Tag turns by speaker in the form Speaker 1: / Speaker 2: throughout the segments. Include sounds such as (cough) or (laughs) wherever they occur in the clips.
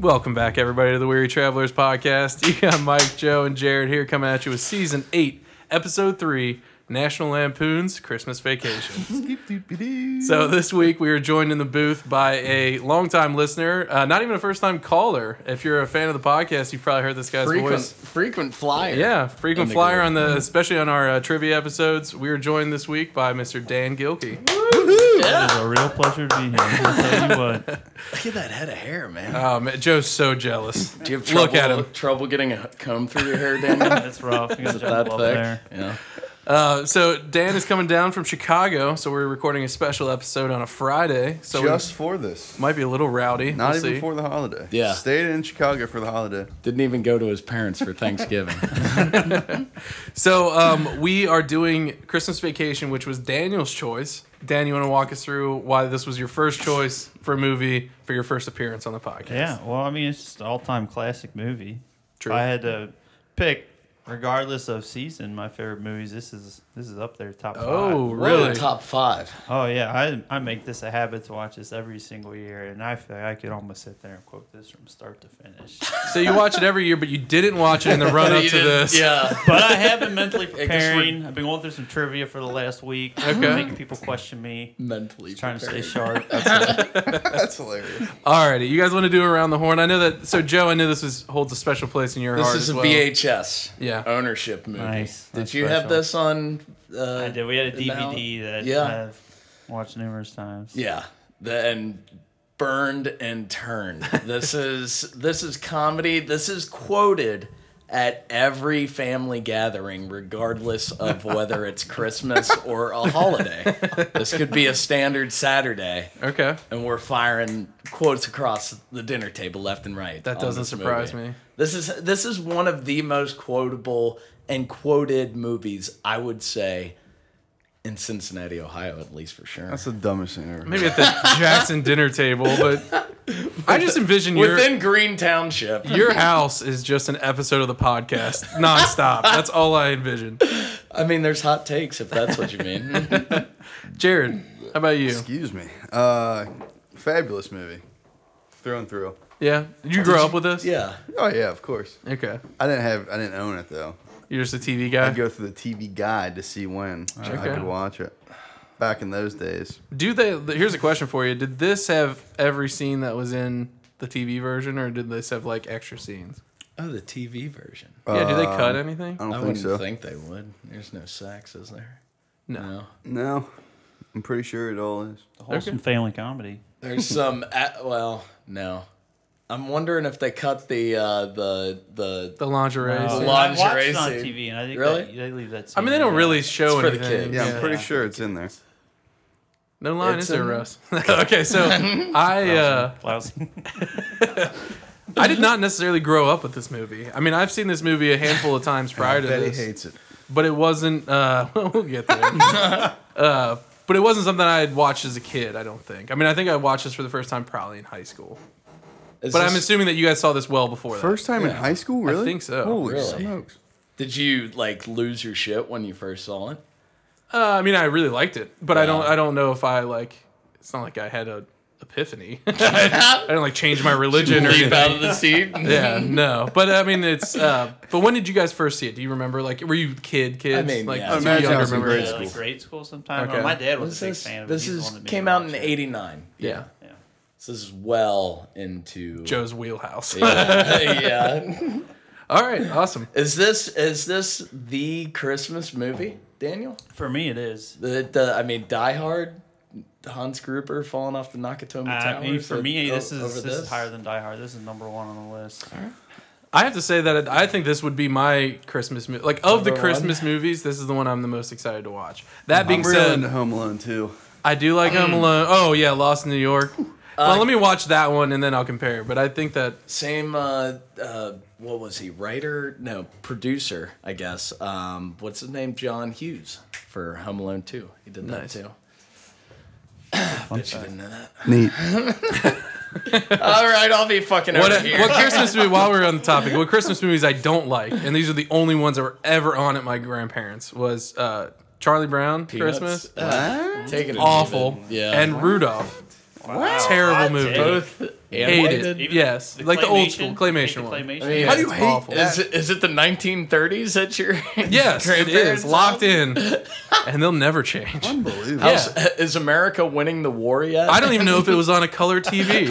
Speaker 1: Welcome back, everybody, to the Weary Travelers podcast. (laughs) You got Mike, Joe, and Jared here coming at you with season eight, episode three National Lampoon's Christmas Vacation. so, this week we are joined in the booth by a longtime listener, uh, not even a first time caller. If you're a fan of the podcast, you've probably heard this guy's
Speaker 2: frequent,
Speaker 1: voice.
Speaker 2: frequent flyer.
Speaker 1: Yeah, frequent
Speaker 2: the
Speaker 1: flyer
Speaker 2: group.
Speaker 1: on the, especially on our uh, trivia episodes. We are joined this week by Mr. Dan Gilkey.
Speaker 3: It is a real pleasure to be here. I'll tell you what.
Speaker 2: Look at that head of hair, man.
Speaker 1: Oh, man, Joe's so jealous.
Speaker 2: Ah, Do you have trouble,
Speaker 1: Look at him.
Speaker 2: trouble getting a comb through your
Speaker 1: (laughs)
Speaker 2: hair, Daniel?
Speaker 3: That's rough. You gotta
Speaker 2: that
Speaker 3: jump up
Speaker 2: thick?
Speaker 3: there.
Speaker 2: Yeah.
Speaker 1: Uh, so Dan is coming down from Chicago, so we're recording a special episode on a Friday. So
Speaker 4: just for this.
Speaker 1: we might be a little rowdy.
Speaker 4: Not
Speaker 1: we'll
Speaker 4: even
Speaker 1: see.
Speaker 4: for the holiday.
Speaker 2: Yeah.
Speaker 4: Stayed in Chicago for the holiday.
Speaker 2: Didn't even go to his parents for (laughs) Thanksgiving.
Speaker 1: So um, we are doing Christmas Vacation, which was Daniel's choice. Dan, you want to walk us through why this was your first choice for a movie for your first appearance on the podcast?
Speaker 3: Yeah. Well, I mean, it's just an all-time classic movie.
Speaker 1: True.
Speaker 3: If I had to pick, regardless of season, my favorite movies. This is this is up there, top
Speaker 1: Oh,
Speaker 3: five.
Speaker 1: really?
Speaker 2: Top five.
Speaker 3: Oh yeah. I I make this a habit to watch this every single year, and I feel like I could almost sit there and quote this from start
Speaker 1: (laughs)
Speaker 3: to finish.
Speaker 1: So you watch it every year, but you didn't watch it in the
Speaker 2: (laughs)
Speaker 1: run up to this. (laughs)
Speaker 2: Yeah.
Speaker 3: but I have been mentally
Speaker 2: we're-
Speaker 3: preparing. I've been going through some trivia for the last week.
Speaker 1: Okay.
Speaker 3: Making people question me.
Speaker 2: Mentally.
Speaker 3: Trying to stay
Speaker 2: prepared.
Speaker 3: sharp.
Speaker 4: (laughs) That's hilarious.
Speaker 1: Alrighty, you guys want to do around the horn? I know that. So Joe, I know this is, holds a special place in your
Speaker 2: This
Speaker 1: heart.
Speaker 2: is
Speaker 1: as
Speaker 2: a
Speaker 1: well.
Speaker 2: VHS
Speaker 1: Yeah.
Speaker 2: ownership movie.
Speaker 3: Nice.
Speaker 2: Did
Speaker 3: That's
Speaker 2: you have
Speaker 3: special.
Speaker 2: this on? Uh,
Speaker 3: I did. We had a
Speaker 2: now?
Speaker 3: DVD that
Speaker 2: Yeah.
Speaker 3: I've watched numerous times.
Speaker 2: Yeah. The, and burned and turned. This is this is comedy. This is quoted at every family gathering, regardless of whether it's Christmas or a holiday. This could be a standard Saturday,
Speaker 1: Okay.
Speaker 2: and we're firing quotes across the dinner table left and right.
Speaker 1: That
Speaker 2: on
Speaker 1: doesn't
Speaker 2: this
Speaker 1: surprise
Speaker 2: movie.
Speaker 1: me.
Speaker 2: This is this is one of the most quotable and quoted movies, I would say, in Cincinnati, Ohio, at least for sure.
Speaker 4: That's the dumbest thing ever.
Speaker 1: Maybe at
Speaker 2: (laughs)
Speaker 1: the Jackson dinner table, but I just envision your
Speaker 2: Within Green Township.
Speaker 1: your house is just an episode of the podcast
Speaker 2: (laughs)
Speaker 1: nonstop. That's all I envision.
Speaker 2: I mean, there's hot takes if that's what
Speaker 3: (laughs)
Speaker 2: you mean.
Speaker 1: Jared, how about you?
Speaker 4: Excuse me. Uh, fabulous movie. Through and through.
Speaker 1: Yeah, Did you grow up with this?
Speaker 2: (laughs) yeah.
Speaker 4: Oh yeah, of course.
Speaker 1: Okay,
Speaker 4: I didn't have. I didn't own it though.
Speaker 1: you're just a TV
Speaker 4: I'd
Speaker 1: guy.
Speaker 4: go through the TV guide to see when I
Speaker 1: Okay.
Speaker 4: could watch it. Back in those days.
Speaker 1: Do they? Here's a question for you. Did this have every scene that was in the TV version, or did this have like extra scenes?
Speaker 2: Oh, the TV version.
Speaker 1: Yeah, do they
Speaker 4: Um,
Speaker 1: cut anything?
Speaker 4: I don't
Speaker 2: I
Speaker 4: think
Speaker 2: wouldn't
Speaker 4: so.
Speaker 2: think they would. There's no sex, is there?
Speaker 1: No.
Speaker 4: No, I'm pretty sure it all is.
Speaker 3: Wholesome family comedy.
Speaker 2: There's
Speaker 3: (laughs)
Speaker 2: some. At, well, no. I'm wondering if they cut the uh, the the.
Speaker 1: The lingerie.
Speaker 3: Oh,
Speaker 1: scene.
Speaker 2: yeah.
Speaker 3: I
Speaker 2: lingerie
Speaker 3: watched it on
Speaker 2: scene.
Speaker 3: TV, and I think
Speaker 2: Really?
Speaker 3: that- they leave that.
Speaker 1: I mean, they don't
Speaker 3: scene
Speaker 1: really
Speaker 3: (laughs) in.
Speaker 1: show
Speaker 2: for the
Speaker 1: anything.
Speaker 2: kids.
Speaker 4: Yeah, I'm pretty
Speaker 3: Yeah.
Speaker 4: sure it's in there.
Speaker 1: No line
Speaker 2: It's
Speaker 1: is there,
Speaker 2: in-
Speaker 1: Russ. (laughs) okay, so I uh,
Speaker 3: Lousy.
Speaker 1: I did not necessarily grow up with this movie. I mean, I've seen this movie a handful of times prior to
Speaker 4: Betty
Speaker 1: this,
Speaker 4: hates it.
Speaker 1: but it wasn't. Uh, (laughs) we'll get there. uh, but it wasn't something I had watched as a kid. I don't think. I mean, I think I watched this for the first time probably in high school.
Speaker 2: Is
Speaker 1: But
Speaker 2: this-
Speaker 1: I'm assuming that you guys saw this well before that.
Speaker 4: First time in
Speaker 2: Yeah.
Speaker 4: high school, really?
Speaker 1: think so.
Speaker 4: Holy
Speaker 2: Really?
Speaker 4: smokes!
Speaker 2: Did you like lose your shit when you first saw it?
Speaker 1: uh, I mean, I really liked it, but I don't. I don't know if I like. It's not like I had a epiphany. (laughs) I didn't like change my religion or
Speaker 2: Leap
Speaker 1: anything.
Speaker 2: out of the
Speaker 3: (laughs)
Speaker 2: seat.
Speaker 1: Yeah, no, but I mean, it's. Uh, but when did you guys first see it? Do you remember? Like, were you kid kids?
Speaker 2: I mean,
Speaker 1: like,
Speaker 2: yeah.
Speaker 1: too
Speaker 4: Imagine
Speaker 1: young to
Speaker 4: I was in
Speaker 1: remember?
Speaker 4: grade
Speaker 3: Yeah,
Speaker 4: school.
Speaker 3: like grade school sometime.
Speaker 1: Okay.
Speaker 3: My dad was
Speaker 2: This
Speaker 3: a big
Speaker 2: is
Speaker 3: fan of it.
Speaker 2: this
Speaker 3: He's the
Speaker 2: is
Speaker 3: one that made
Speaker 2: came
Speaker 3: me
Speaker 2: out
Speaker 3: watch
Speaker 2: in
Speaker 3: it.
Speaker 2: '89.
Speaker 1: Yeah,
Speaker 3: Yeah.
Speaker 2: This is well into.
Speaker 1: Joe's wheelhouse.
Speaker 3: (laughs)
Speaker 2: (laughs) Yeah. yeah.
Speaker 1: (laughs) All right, awesome.
Speaker 2: Is this is this the Christmas movie, Daniel?
Speaker 3: For me, it is.
Speaker 2: The, the I mean, Die Hard, Hans Gruber falling off the Nakatomi
Speaker 3: I
Speaker 2: Tower.
Speaker 3: mean, Uh, for me, this is
Speaker 2: over
Speaker 3: this, is higher than Die Hard. This is number one on the list.
Speaker 1: I have to say that it, I think this would be my Christmas movie. Like of the
Speaker 2: Number one.
Speaker 1: Christmas movies, this is the one I'm the most excited to watch. That being
Speaker 4: I'm real
Speaker 1: said,
Speaker 4: into Home Alone too.
Speaker 1: I do like
Speaker 2: Mm.
Speaker 1: Home Alone. Oh yeah, Lost in New York.
Speaker 2: Uh,
Speaker 1: well, let me watch that one and then I'll compare. But I think that
Speaker 2: Same. Uh, uh, what was he? Writer? No, producer. I guess. Um, what's his name? John Hughes for Home Alone Two. He did that
Speaker 1: Nice.
Speaker 2: too.
Speaker 3: Fun
Speaker 2: Bet you
Speaker 3: fact.
Speaker 2: didn't know
Speaker 1: (laughs)
Speaker 2: that.
Speaker 4: Neat.
Speaker 2: All right, I'll be fucking
Speaker 1: what
Speaker 2: over here.
Speaker 1: what Christmas movie? While we're on the topic,
Speaker 2: (laughs)
Speaker 1: what Christmas movies I don't like, and these are the only ones that were ever on at my grandparents was uh, Charlie Brown
Speaker 2: Peanuts?
Speaker 1: Christmas.
Speaker 2: Uh, taking it
Speaker 1: Awful.
Speaker 2: Yeah.
Speaker 1: And Rudolph.
Speaker 3: Wow.
Speaker 1: Terrible
Speaker 3: Hot
Speaker 1: movie.
Speaker 3: take.
Speaker 2: both
Speaker 1: Hate
Speaker 2: why
Speaker 1: it.
Speaker 2: did-
Speaker 1: yes, like the old school
Speaker 3: hate
Speaker 1: claymation
Speaker 3: the
Speaker 1: one.
Speaker 3: Claymation?
Speaker 2: I mean,
Speaker 4: How do you
Speaker 1: It's
Speaker 4: hate
Speaker 1: awful.
Speaker 4: that?
Speaker 2: Is it, is it the 1930s that you're? (laughs)
Speaker 1: Yes, it is locked in, and they'll never change.
Speaker 4: Unbelievable.
Speaker 1: Yeah.
Speaker 2: (laughs) Is America winning the war yet?
Speaker 1: I don't even know if it was on a color TV,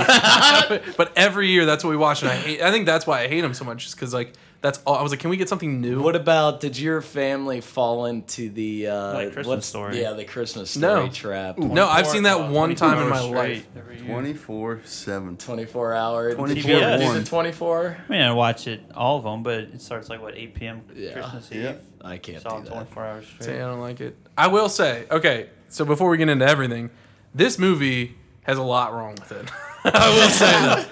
Speaker 1: but every year that's what we watch, and I hate. I think that's why I hate them so much, just because like that's all. I was like, can we get something new?
Speaker 2: (laughs) What about did your family fall into the uh,
Speaker 3: Like Christmas
Speaker 2: what's-
Speaker 3: Story.
Speaker 2: Yeah, the Christmas
Speaker 1: No.
Speaker 2: story trap.
Speaker 1: No, I've seen that one
Speaker 3: 24
Speaker 1: time in my
Speaker 3: hours
Speaker 1: life.
Speaker 3: straight every year.
Speaker 4: 24 7.
Speaker 2: 24 hour.
Speaker 4: 24
Speaker 2: Is
Speaker 3: one.
Speaker 2: it 24?
Speaker 3: I mean, I watch it all of them, but it starts like what 8 p.m.
Speaker 2: Yeah.
Speaker 3: Christmas Eve.
Speaker 4: Yeah.
Speaker 2: I can't
Speaker 3: It's all
Speaker 2: do that.
Speaker 3: 24 hours straight.
Speaker 1: Say I don't like it. I will say, okay, so before we get into everything, this movie has a lot wrong with it. (laughs) I will say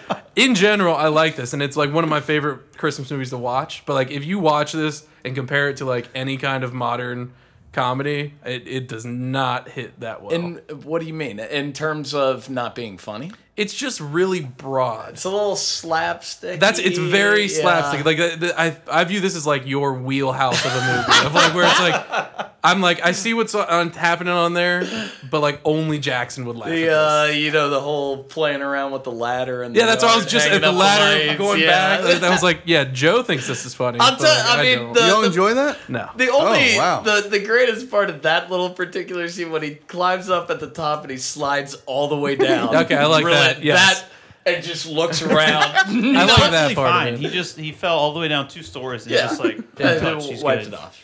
Speaker 1: that. In general, I like this, and it's like one of my favorite Christmas movies to watch. But like, if you watch this and compare it to like any kind of modern comedy, it, it does not hit that well.
Speaker 2: And what do you mean in terms of not being funny?
Speaker 1: it's just really broad.
Speaker 2: It's a little slapstick.
Speaker 1: That's it's very slapstick. Like the, the, I I view this as like your wheelhouse of a movie of like where it's like I'm like I see what's on, happening on there, but like only Jackson would laugh.
Speaker 2: the
Speaker 1: at
Speaker 2: uh, you know the whole playing around with the ladder and
Speaker 1: this. Yeah, that's why I was
Speaker 2: yard,
Speaker 1: just at
Speaker 2: hanging
Speaker 1: the
Speaker 2: up
Speaker 1: ladder
Speaker 2: lights,
Speaker 1: going
Speaker 2: yeah.
Speaker 1: back.
Speaker 2: (laughs)
Speaker 1: Like, that was like yeah, Joe thinks this is funny.
Speaker 2: I'll
Speaker 1: but,
Speaker 2: tell-
Speaker 1: like,
Speaker 2: I mean,
Speaker 1: don't.
Speaker 2: the-
Speaker 4: Y'all enjoy that?
Speaker 1: no.
Speaker 2: The only
Speaker 4: Oh, wow.
Speaker 2: the, the greatest part of that little particular scene when he climbs up at the top and he slides all the
Speaker 4: (laughs)
Speaker 2: way down.
Speaker 1: Okay, I like
Speaker 2: Really,
Speaker 1: that, yes.
Speaker 2: That and just
Speaker 1: (laughs)
Speaker 2: looks around.
Speaker 1: I like that
Speaker 3: Perfectly
Speaker 1: part.
Speaker 3: fine.
Speaker 1: Of it.
Speaker 3: He just he fell all the way down two stories and
Speaker 2: Yeah.
Speaker 3: just like
Speaker 2: (laughs) Yeah,
Speaker 3: didn't touch. He's
Speaker 2: wiped
Speaker 3: good.
Speaker 2: it off.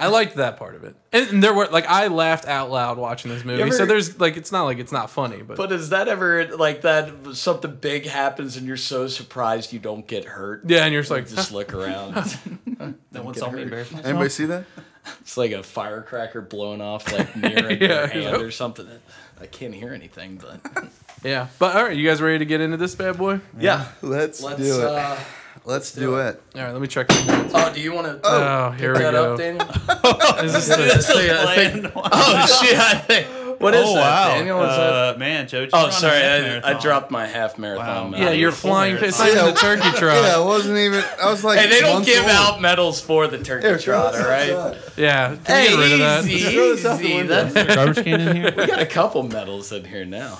Speaker 1: I liked that part of it, and, and there were like I laughed out loud watching this movie. so
Speaker 2: ever-
Speaker 1: there's like it's not like it's not funny, but,
Speaker 2: But is that ever like that? Something big happens and you're so surprised you don't get hurt. (laughs)
Speaker 1: yeah, and you're just like
Speaker 2: just look
Speaker 1: (laughs)
Speaker 2: around.
Speaker 3: That one
Speaker 2: get
Speaker 3: saw me
Speaker 2: hurt.
Speaker 3: embarrass myself.
Speaker 4: Anybody see that?
Speaker 2: It's like a firecracker blowing off like
Speaker 1: (laughs)
Speaker 2: near in
Speaker 1: Yeah,
Speaker 2: your hand
Speaker 1: yep.
Speaker 2: or something. I can't hear anything,
Speaker 1: (laughs)
Speaker 2: but
Speaker 1: yeah. But all right, you guys ready to get into this bad boy?
Speaker 3: (laughs)
Speaker 2: yeah.
Speaker 4: Let's,
Speaker 2: Let's.
Speaker 4: do it.
Speaker 2: Uh,
Speaker 4: Let's do it.
Speaker 1: All right, let me check. the notes.
Speaker 2: oh, do you want to?
Speaker 1: Oh, here we
Speaker 2: that
Speaker 1: go.
Speaker 2: up, Daniel?
Speaker 1: Is (laughs)
Speaker 2: (laughs)
Speaker 1: this the-
Speaker 2: Oh (laughs) shit! I think, what is
Speaker 3: oh
Speaker 2: that,
Speaker 3: wow,
Speaker 2: Daniel? Is that-
Speaker 3: uh, man, Joe. Just
Speaker 2: oh,
Speaker 3: run a
Speaker 2: sorry,
Speaker 3: half
Speaker 2: I, I
Speaker 3: marathon.
Speaker 2: dropped my half marathon.
Speaker 3: Wow.
Speaker 2: medal.
Speaker 1: yeah, you're
Speaker 3: Full
Speaker 1: flying.
Speaker 3: marathon.
Speaker 2: (laughs)
Speaker 1: It's not even the turkey trot.
Speaker 4: Yeah, I wasn't even. I was like,
Speaker 2: Hey, they don't
Speaker 4: months
Speaker 2: give
Speaker 4: old.
Speaker 2: out medals for the turkey
Speaker 4: Here, throw
Speaker 2: trot,
Speaker 4: this
Speaker 2: all right?
Speaker 4: outside.
Speaker 1: Yeah, can we
Speaker 2: Hey,
Speaker 1: get rid of that.
Speaker 2: easy,
Speaker 4: Throw this out the
Speaker 2: easy.
Speaker 4: window.
Speaker 2: (laughs) That's-
Speaker 3: Garbage can in here.
Speaker 2: we got a couple medals in here now.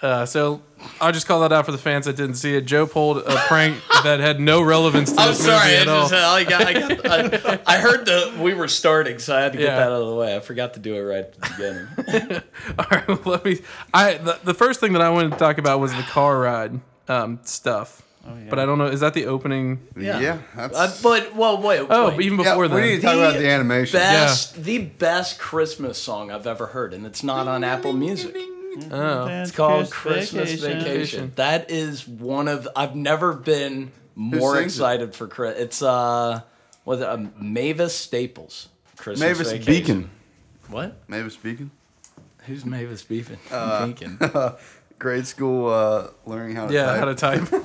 Speaker 1: Uh, so I'll just call that out for the fans that didn't see it. Joe pulled a
Speaker 2: (laughs)
Speaker 1: prank that had no relevance to
Speaker 2: I'm
Speaker 1: this
Speaker 2: sorry,
Speaker 1: movie
Speaker 2: I
Speaker 1: at all.
Speaker 2: just I got, I,
Speaker 1: (laughs)
Speaker 2: got, I, I heard that we were starting, so I had to get
Speaker 1: Yeah.
Speaker 2: that out of the way. I forgot to do it right at the beginning.
Speaker 1: (laughs) all right, well, let me. I the, the first thing that I wanted to talk about was the car ride um, stuff.
Speaker 2: Oh,
Speaker 3: yeah.
Speaker 1: But I don't know. Is that the opening?
Speaker 2: Yeah.
Speaker 4: Yeah, that's.
Speaker 2: (laughs) Uh, but well, wait.
Speaker 1: Oh,
Speaker 2: wait.
Speaker 1: but even
Speaker 4: yeah,
Speaker 1: before
Speaker 4: we need
Speaker 1: then.
Speaker 4: to talk about
Speaker 2: The
Speaker 4: the animation.
Speaker 2: best, the best Christmas song I've ever heard, and it's not on Apple Music.
Speaker 1: Oh.
Speaker 2: It's called Christmas Vacation. That is one of I've never been more
Speaker 4: sings it?
Speaker 2: excited for Chris. It's uh, was it, um, Mavis Staples Christmas
Speaker 4: Mavis
Speaker 2: Vacation.
Speaker 4: Beacon.
Speaker 2: What?
Speaker 4: Mavis Beacon.
Speaker 2: Who's Mavis Beacon?
Speaker 4: Uh, (laughs)
Speaker 2: Beacon.
Speaker 4: Grade school uh, learning how to
Speaker 1: Yeah,
Speaker 4: type.
Speaker 1: how to type.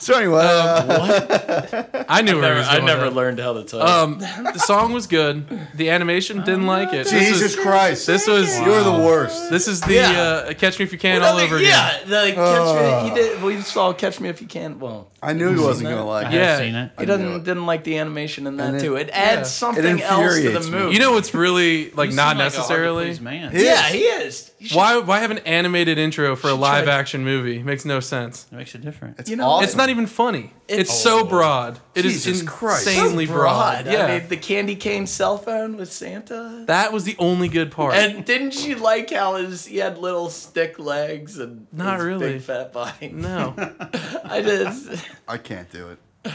Speaker 4: so anyway, uh,
Speaker 1: I knew where he
Speaker 2: Never-
Speaker 1: was
Speaker 2: (laughs) I
Speaker 1: going
Speaker 2: never
Speaker 1: with
Speaker 2: learned how to type.
Speaker 4: Oh,
Speaker 1: that. Um, the song was good. The animation didn't
Speaker 2: Oh,
Speaker 1: like it. This
Speaker 4: Jesus
Speaker 1: is,
Speaker 4: Christ,
Speaker 1: This was
Speaker 4: you're the worst.
Speaker 1: this is the
Speaker 2: Yeah.
Speaker 1: uh, Catch Me If You Can
Speaker 2: Well,
Speaker 1: all
Speaker 2: I mean,
Speaker 1: over again.
Speaker 2: yeah, the catch me,
Speaker 4: Uh.
Speaker 2: he did. We saw Catch Me If You Can. Well,
Speaker 4: I knew he wasn't gonna like
Speaker 1: Yeah.
Speaker 4: it.
Speaker 3: I've seen it.
Speaker 2: he
Speaker 4: knew
Speaker 2: doesn't
Speaker 4: it.
Speaker 2: didn't like the animation in that
Speaker 4: And it-
Speaker 2: too. It adds something else to the
Speaker 4: infuriates me.
Speaker 2: movie.
Speaker 1: You know what's really like
Speaker 3: You
Speaker 1: not
Speaker 3: seem like a
Speaker 1: necessarily.
Speaker 3: hard-to-please man.
Speaker 4: He
Speaker 2: yeah,
Speaker 4: is.
Speaker 2: he is. You should-
Speaker 1: why why have an animated intro for a live
Speaker 2: tried-
Speaker 1: action movie? Makes no sense.
Speaker 3: It makes you different.
Speaker 4: It's
Speaker 2: You know,
Speaker 4: awesome.
Speaker 1: It's not even funny. It's,
Speaker 2: It's-
Speaker 1: so broad. It is
Speaker 4: Jesus Christ.
Speaker 1: insanely broad. Yeah.
Speaker 2: I mean, the candy cane cell phone with Santa.
Speaker 1: that was the only good part.
Speaker 2: And didn't you like how his he had little stick legs and
Speaker 1: Not
Speaker 2: his
Speaker 1: really.
Speaker 2: big fat body?
Speaker 1: no.
Speaker 2: (laughs)
Speaker 1: (laughs)
Speaker 2: I just
Speaker 4: I can't do it.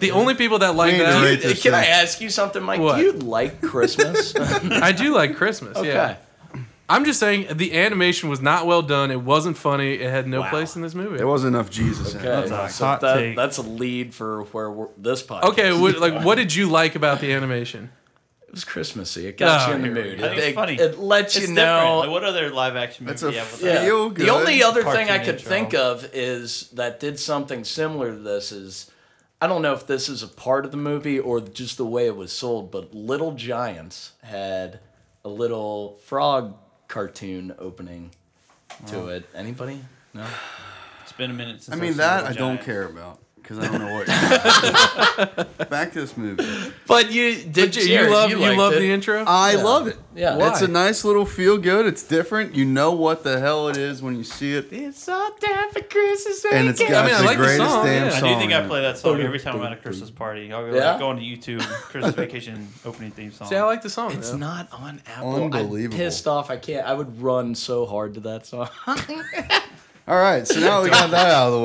Speaker 1: The only people that like
Speaker 4: We need to
Speaker 1: that
Speaker 4: rate-
Speaker 2: can
Speaker 4: this
Speaker 2: I
Speaker 4: thing.
Speaker 2: ask you something, Mike?
Speaker 1: What?
Speaker 2: Do you like
Speaker 1: (laughs)
Speaker 2: Christmas? okay.
Speaker 1: I do like Christmas. Yeah. I'm just saying the animation was not well done. It wasn't funny. It had no
Speaker 2: Wow.
Speaker 1: place in this movie.
Speaker 4: There wasn't enough Jesus in
Speaker 2: Okay,
Speaker 4: it.
Speaker 3: a
Speaker 2: so
Speaker 3: hot
Speaker 2: that-
Speaker 3: take.
Speaker 2: that's a lead for where we're, this podcast.
Speaker 1: Okay, what, like what did you like about the animation?
Speaker 2: it was Christmassy. It
Speaker 1: Oh,
Speaker 2: got you in the
Speaker 1: here we
Speaker 2: mood.
Speaker 1: go.
Speaker 3: I think it's
Speaker 2: it,
Speaker 3: funny.
Speaker 2: It, lets
Speaker 3: It's
Speaker 2: you
Speaker 3: different.
Speaker 2: know.
Speaker 3: Like, what other live action movie?
Speaker 4: It's a
Speaker 3: have with
Speaker 4: Yeah.
Speaker 3: that?
Speaker 4: feel good
Speaker 2: The only other thing I
Speaker 3: cartoon
Speaker 2: could
Speaker 3: intro.
Speaker 2: think of is that did something similar to this is I don't know if this is a part of the movie or just the way it was sold, but Little Giants had a little frog cartoon opening to it. Anybody? No.
Speaker 3: It's been a minute since
Speaker 4: I
Speaker 3: I've
Speaker 4: mean
Speaker 3: seen
Speaker 4: that
Speaker 3: Little
Speaker 4: I don't
Speaker 3: Giants.
Speaker 4: care about. because I don't know what. you're
Speaker 2: (laughs)
Speaker 4: doing. Back to this movie.
Speaker 2: But you did
Speaker 1: You, you love you, love the intro.
Speaker 4: I love it.
Speaker 2: Yeah.
Speaker 4: it's
Speaker 1: Why?
Speaker 4: a nice little feel good. It's different. You know what the hell it is when you see it,
Speaker 2: It's all down for Christmas.
Speaker 4: and it's
Speaker 2: weekend.
Speaker 4: got
Speaker 1: mean, I
Speaker 4: the
Speaker 1: like the
Speaker 4: greatest
Speaker 1: song,
Speaker 4: damn
Speaker 1: yeah. I
Speaker 3: I
Speaker 4: song.
Speaker 3: do think I
Speaker 4: in
Speaker 3: play
Speaker 4: it.
Speaker 3: that song every time I'm at a Christmas party. I'll go,
Speaker 2: Yeah?
Speaker 3: like, go on to YouTube, Christmas Vacation opening theme song.
Speaker 1: See, I like the song.
Speaker 2: It's
Speaker 1: though.
Speaker 2: not on Apple. I'm
Speaker 4: Unbelievable.
Speaker 2: pissed off. I can't. I would run so hard to that song.
Speaker 4: All right, so now we got that out of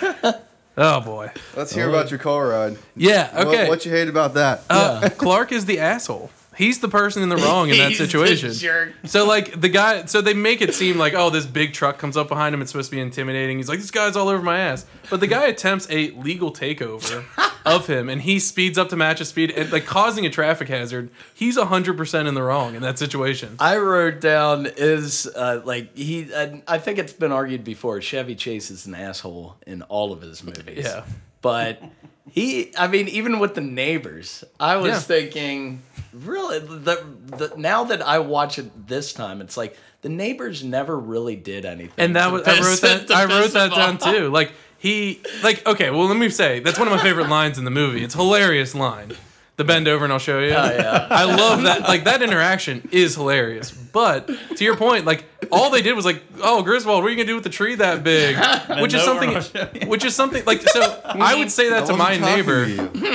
Speaker 4: the way.
Speaker 2: (laughs)
Speaker 1: Oh boy.
Speaker 4: Let's hear about your car ride.
Speaker 1: Yeah. Okay.
Speaker 4: What, what you hate about that?
Speaker 1: Uh, (laughs) Clark is the asshole. He's the person
Speaker 2: (laughs)
Speaker 1: in the wrong in that
Speaker 2: He's the
Speaker 1: situation.
Speaker 2: jerk.
Speaker 1: So like the guy, so they make it seem like oh this big truck comes up behind him. It's supposed to be intimidating. He's like this guy's all over my ass. But the guy attempts a legal
Speaker 2: (laughs)
Speaker 1: takeover of him, and he speeds up to match his speed, and like causing a traffic hazard. He's hundred percent in the wrong in that situation.
Speaker 2: I wrote down is uh, like he. I, I think it's been argued before. Chevy Chase is an asshole in all of his movies.
Speaker 1: Yeah.
Speaker 2: but he. I mean, even with the neighbors, I was
Speaker 1: Yeah.
Speaker 2: thinking. Really, the, the now that I watch it this time, it's like the neighbors never really did anything.
Speaker 1: And that
Speaker 2: to
Speaker 1: was I
Speaker 2: piss-
Speaker 1: wrote that
Speaker 2: to
Speaker 1: I
Speaker 2: piss
Speaker 1: wrote that
Speaker 2: him
Speaker 1: down
Speaker 2: off.
Speaker 1: too. Like he like okay, well let me say that's one of my favorite lines in the movie. It's a hilarious line. The bend over and I'll show you.
Speaker 2: yeah.
Speaker 1: I love that. Like that interaction is hilarious. But to your point, like all they did was like, "Oh, Griswold, what are you gonna do with the tree that big?" Which is
Speaker 3: over
Speaker 1: something.
Speaker 3: and I'll show you.
Speaker 1: (laughs) Which is something like so. I would say that to
Speaker 4: wasn't
Speaker 1: my
Speaker 4: talking to
Speaker 1: neighbor.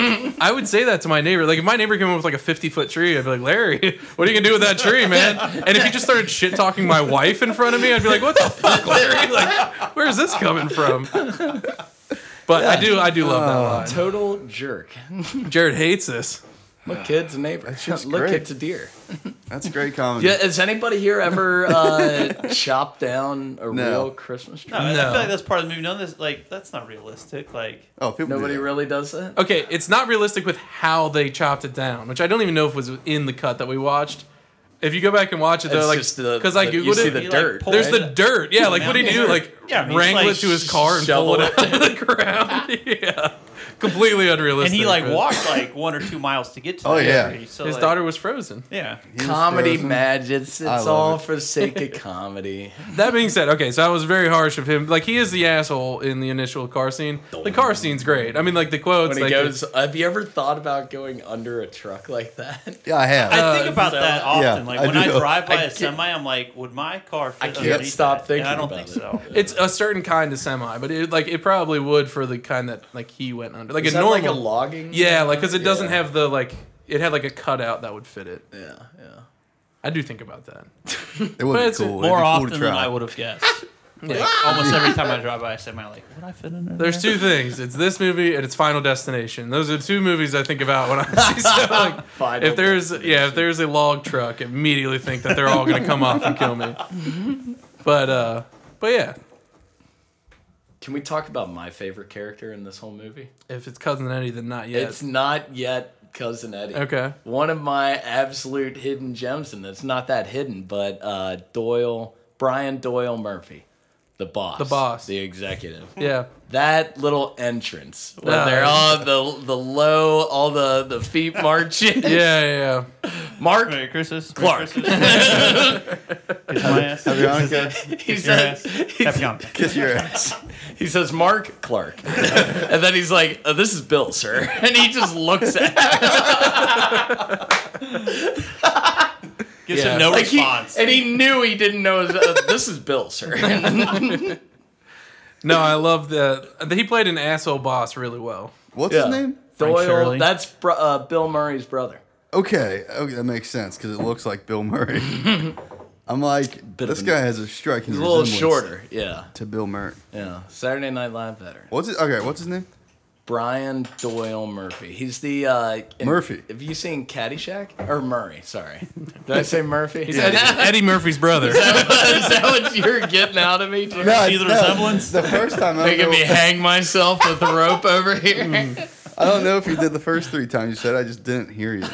Speaker 4: you.
Speaker 1: I would say that to my neighbor. Like, if my neighbor came up with like a 50 foot tree, I'd be like, Larry, (laughs) what are you gonna do with that tree, man? And if he just started shit talking my wife in front of me, I'd be like, what the fuck, Larry? Like, where's this coming from? But I do, I do love that
Speaker 2: Total jerk. (laughs)
Speaker 1: line. Jared hates this.
Speaker 2: Look, kid's a neighbor.
Speaker 4: just
Speaker 2: Look,
Speaker 4: great.
Speaker 2: kid's a deer.
Speaker 4: That's great comedy.
Speaker 2: Yeah, has anybody here ever uh, (laughs) chopped down a
Speaker 4: No.
Speaker 2: real Christmas tree?
Speaker 3: No, I- I
Speaker 1: No.
Speaker 3: feel like that's part of the movie. None of this, like, that's not realistic. Like,
Speaker 4: Oh, people.
Speaker 2: Nobody
Speaker 4: do that.
Speaker 2: really does that.
Speaker 1: Okay, it's not realistic with how they chopped it down, which I don't even know if was in the cut that we watched. If you go back and watch it, though,
Speaker 2: It's
Speaker 1: like
Speaker 2: just the-
Speaker 1: because I
Speaker 2: the-
Speaker 1: googled
Speaker 2: you see
Speaker 1: it,
Speaker 2: the
Speaker 3: You,
Speaker 2: dirt,
Speaker 3: pull
Speaker 1: there's
Speaker 3: it
Speaker 1: the
Speaker 3: up.
Speaker 1: dirt. Yeah, like what do you do? Like
Speaker 3: Yeah, I mean,
Speaker 1: wrangle
Speaker 3: like,
Speaker 1: it to his car and
Speaker 2: shovel
Speaker 1: pull it out of the ground. (laughs) yeah, completely unrealistic.
Speaker 3: and he like
Speaker 1: but
Speaker 3: walked like one or two miles to get to.
Speaker 4: Oh,
Speaker 3: the
Speaker 4: yeah.
Speaker 3: bakery, So,
Speaker 1: His
Speaker 3: like,
Speaker 1: daughter was frozen.
Speaker 3: Yeah.
Speaker 4: He was
Speaker 2: Comedy
Speaker 4: frozen.
Speaker 2: magic. It's,
Speaker 4: I
Speaker 2: it's
Speaker 4: love
Speaker 2: all
Speaker 4: it.
Speaker 2: for the sake
Speaker 1: (laughs)
Speaker 2: of comedy.
Speaker 1: That being said, okay, so I was very harsh of him. Like he is the asshole in the initial car scene. The car scene's great. I mean, like the quotes.
Speaker 2: When he
Speaker 1: like,
Speaker 2: goes, have you ever thought about going under a truck like that?
Speaker 4: Yeah, I have.
Speaker 3: I think
Speaker 1: Uh,
Speaker 3: about
Speaker 2: so-
Speaker 3: that often.
Speaker 4: Yeah,
Speaker 3: like
Speaker 4: I
Speaker 3: when I
Speaker 4: do.
Speaker 3: drive by
Speaker 2: I
Speaker 3: a
Speaker 2: can't-
Speaker 3: semi, I'm like, would my car? Fit
Speaker 2: I can't
Speaker 3: underneath
Speaker 2: stop
Speaker 3: that? And
Speaker 2: thinking
Speaker 3: I don't think
Speaker 2: about it.
Speaker 3: so.
Speaker 1: It's a certain kind of semi, but it like it probably would for the kind that like he went under, like a
Speaker 2: Is that
Speaker 1: normal
Speaker 2: like a logging?
Speaker 1: Yeah, like because it doesn't
Speaker 2: Yeah.
Speaker 1: have the like it had like a cutout that would fit it.
Speaker 2: Yeah, yeah.
Speaker 1: I do think about that.
Speaker 4: it would be
Speaker 1: it's
Speaker 4: cool. It'd be
Speaker 3: More
Speaker 4: cool
Speaker 3: often
Speaker 4: to
Speaker 3: than
Speaker 4: try.
Speaker 3: I would have (laughs) guessed.
Speaker 2: Ah!
Speaker 3: Almost every time I drive by a semi, like, would I fit under?
Speaker 1: There's two things. It's this movie and it's Final Destination. Those are the two movies I think about when I see stuff. Like, (laughs)
Speaker 2: Final
Speaker 1: if there's yeah, if there's a log truck, I immediately think that they're all gonna come up and kill me. But uh, but yeah,
Speaker 2: Can we talk about my favorite character in this whole movie?
Speaker 1: if it's Cousin Eddie, then not yet.
Speaker 2: It's not yet Cousin Eddie.
Speaker 1: okay.
Speaker 2: One of my absolute hidden gems, and it's not that hidden, but uh, Doyle, Brian Doyle Murphy, the boss.
Speaker 1: The boss.
Speaker 2: The executive.
Speaker 1: Yeah.
Speaker 2: That little entrance where
Speaker 1: Yeah.
Speaker 2: they're on the the low, all the, the (laughs) feet marching.
Speaker 1: Yeah, yeah,
Speaker 2: Mark,
Speaker 3: Merry Christmas,
Speaker 2: Clark. (laughs)
Speaker 3: Merry Christmas. Kiss my ass. (laughs)
Speaker 4: Have you on, Kev?
Speaker 2: he
Speaker 3: Kiss your ass.
Speaker 2: says,
Speaker 3: Happy
Speaker 2: (laughs)
Speaker 3: Hanukkah.
Speaker 4: Kiss your ass.
Speaker 2: he says Mark (laughs) Clark, and then he's like, "Uh, "This is Bill, sir," (laughs) and he just looks at him.
Speaker 3: Gives
Speaker 1: Yeah.
Speaker 3: him no
Speaker 2: like he,
Speaker 3: response.
Speaker 2: and he knew he didn't know. His, (laughs) uh, this is Bill, (laughs) sir.
Speaker 1: No, I love the he played an asshole boss really well.
Speaker 4: What's
Speaker 2: Yeah.
Speaker 4: his name?
Speaker 2: Doyle,
Speaker 3: Shirley.
Speaker 2: that's br- uh, Bill Murray's brother.
Speaker 4: Okay, okay, that makes sense because it looks like Bill
Speaker 2: (laughs)
Speaker 4: Murray. I'm like,
Speaker 2: Bit of
Speaker 4: this
Speaker 2: a-
Speaker 4: guy has a striking
Speaker 2: He's a little
Speaker 4: resemblance
Speaker 2: shorter. Yeah.
Speaker 4: to Bill Murray.
Speaker 2: Yeah. Saturday Night Live veteran.
Speaker 4: What's it? Okay, what's his name?
Speaker 2: Brian Doyle Murphy. He's the uh in-
Speaker 4: Murphy.
Speaker 2: Have you seen Caddyshack or Murray? Sorry, did I say Murphy? Is
Speaker 1: Eddie,
Speaker 2: (laughs)
Speaker 1: Eddie Murphy's brother.
Speaker 2: that what you're getting out of me?
Speaker 3: See the resemblance?
Speaker 4: The first time,
Speaker 2: (laughs)
Speaker 4: I
Speaker 2: Making
Speaker 4: don't,
Speaker 2: me
Speaker 4: know,
Speaker 2: hang myself with a rope over
Speaker 4: Hmm.
Speaker 2: here.
Speaker 4: I don't know if you did the first three times you said. I just didn't
Speaker 2: (laughs)
Speaker 4: hear you.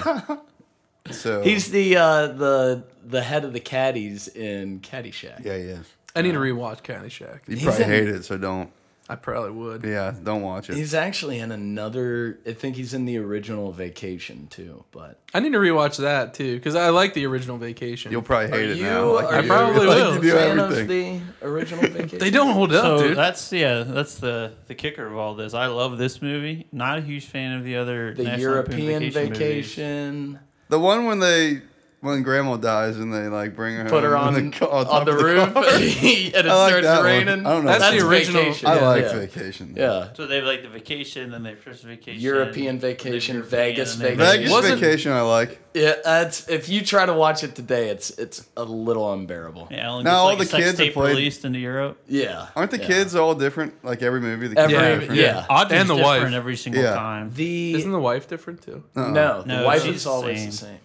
Speaker 4: So
Speaker 2: He's the uh, the the head of the caddies in Caddyshack.
Speaker 4: yeah, yeah.
Speaker 1: I need to rewatch Caddyshack.
Speaker 4: You
Speaker 2: He's
Speaker 4: probably
Speaker 2: in-
Speaker 4: hate it, so don't.
Speaker 1: I probably would.
Speaker 4: Yeah, don't watch it.
Speaker 2: He's actually in another. I think he's in the original Vacation too. But
Speaker 1: I need to rewatch that too because I like the original Vacation.
Speaker 4: You'll probably hate it now. Like
Speaker 1: I
Speaker 4: you do- (laughs)
Speaker 1: probably
Speaker 4: like
Speaker 1: will.
Speaker 4: you do
Speaker 2: fan
Speaker 4: everything.
Speaker 2: of the (laughs) original Vacation?
Speaker 1: they don't hold up,
Speaker 3: so
Speaker 1: dude.
Speaker 3: that's yeah, that's the the kicker of all this. I love this movie. Not a huge fan of the other
Speaker 2: The
Speaker 3: National
Speaker 2: European
Speaker 3: Lampoon movies.
Speaker 2: Vacation.
Speaker 4: The one when they when grandma dies and they like bring her
Speaker 2: Put her
Speaker 4: (laughs)
Speaker 2: on
Speaker 4: home in ca-
Speaker 2: on
Speaker 4: top
Speaker 2: the
Speaker 4: of
Speaker 2: roof,
Speaker 4: car.
Speaker 2: (laughs) and it
Speaker 4: like
Speaker 2: starts
Speaker 4: that one.
Speaker 2: raining.
Speaker 4: I don't know.
Speaker 1: That's the original-
Speaker 2: Vacation.
Speaker 4: I like
Speaker 2: yeah.
Speaker 4: vacation.
Speaker 2: Yeah.
Speaker 3: So they have like the vacation, then they have first vacation,
Speaker 2: European
Speaker 3: the
Speaker 2: vacation,
Speaker 3: European,
Speaker 2: Vegas
Speaker 3: and then
Speaker 4: Vegas
Speaker 1: Wasn't-
Speaker 4: vacation I like.
Speaker 2: Yeah, that's if you try to watch it today, it's it's a little unbearable.
Speaker 3: Yeah, Alan
Speaker 4: Now
Speaker 3: gets,
Speaker 4: all
Speaker 3: like,
Speaker 4: the
Speaker 3: a sex
Speaker 4: kids have
Speaker 3: tape
Speaker 4: played-
Speaker 3: released into Europe.
Speaker 2: Yeah.
Speaker 4: Aren't the
Speaker 2: yeah.
Speaker 4: kids all different? Like every movie, the kids
Speaker 2: Every-
Speaker 4: are
Speaker 1: yeah,
Speaker 4: different.
Speaker 1: yeah.
Speaker 2: yeah.
Speaker 1: Audrey's
Speaker 3: and the
Speaker 1: different.
Speaker 3: wife every single
Speaker 4: Yeah.
Speaker 3: time.
Speaker 2: the
Speaker 1: Isn't the wife different too?
Speaker 4: Uh-uh.
Speaker 2: no, the
Speaker 3: No,
Speaker 2: wife
Speaker 3: she's
Speaker 2: is always the
Speaker 3: same.
Speaker 2: same.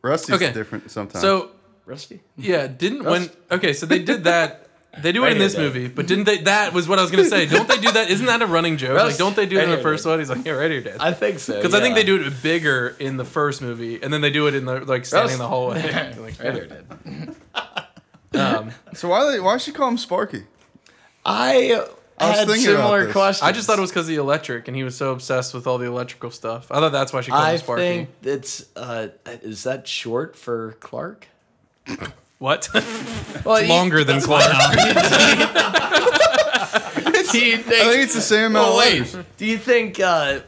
Speaker 4: Rusty's
Speaker 1: Okay.
Speaker 4: different sometimes.
Speaker 1: So
Speaker 2: Rusty.
Speaker 1: yeah, didn't when okay, so they did that. They do it in
Speaker 2: here,
Speaker 1: this
Speaker 2: Dave.
Speaker 1: movie, but didn't they? That was what I was gonna say. Don't they do that? Isn't that a running joke? Like,
Speaker 2: Russ,
Speaker 1: don't they do it
Speaker 2: right
Speaker 1: in the
Speaker 2: here,
Speaker 1: first
Speaker 2: Dave.
Speaker 1: one? He's like, yeah, right here, Dad.
Speaker 2: I think
Speaker 4: (laughs)
Speaker 2: so.
Speaker 1: Because I think
Speaker 2: yeah.
Speaker 1: they
Speaker 2: (laughs)
Speaker 1: do it bigger in the first movie, and then they do it in the like standing in the
Speaker 2: (laughs)
Speaker 1: hallway.
Speaker 2: right there, did.
Speaker 1: Um,
Speaker 4: So why they, why she call him Sparky?
Speaker 2: I,
Speaker 4: I was
Speaker 2: had
Speaker 4: thinking about
Speaker 2: similar
Speaker 4: this.
Speaker 2: questions.
Speaker 1: I just thought it was because the electric, and he was so obsessed with all the electrical stuff. I thought that's why she called
Speaker 2: I
Speaker 1: him Sparky.
Speaker 2: think it's uh, is that short for Clark?
Speaker 1: (laughs) What?
Speaker 2: Well,
Speaker 1: Longer than Clark.
Speaker 2: He,
Speaker 4: I think it's the same amount.
Speaker 2: Oh
Speaker 4: of
Speaker 2: wait,
Speaker 4: letters.
Speaker 2: do you think uh,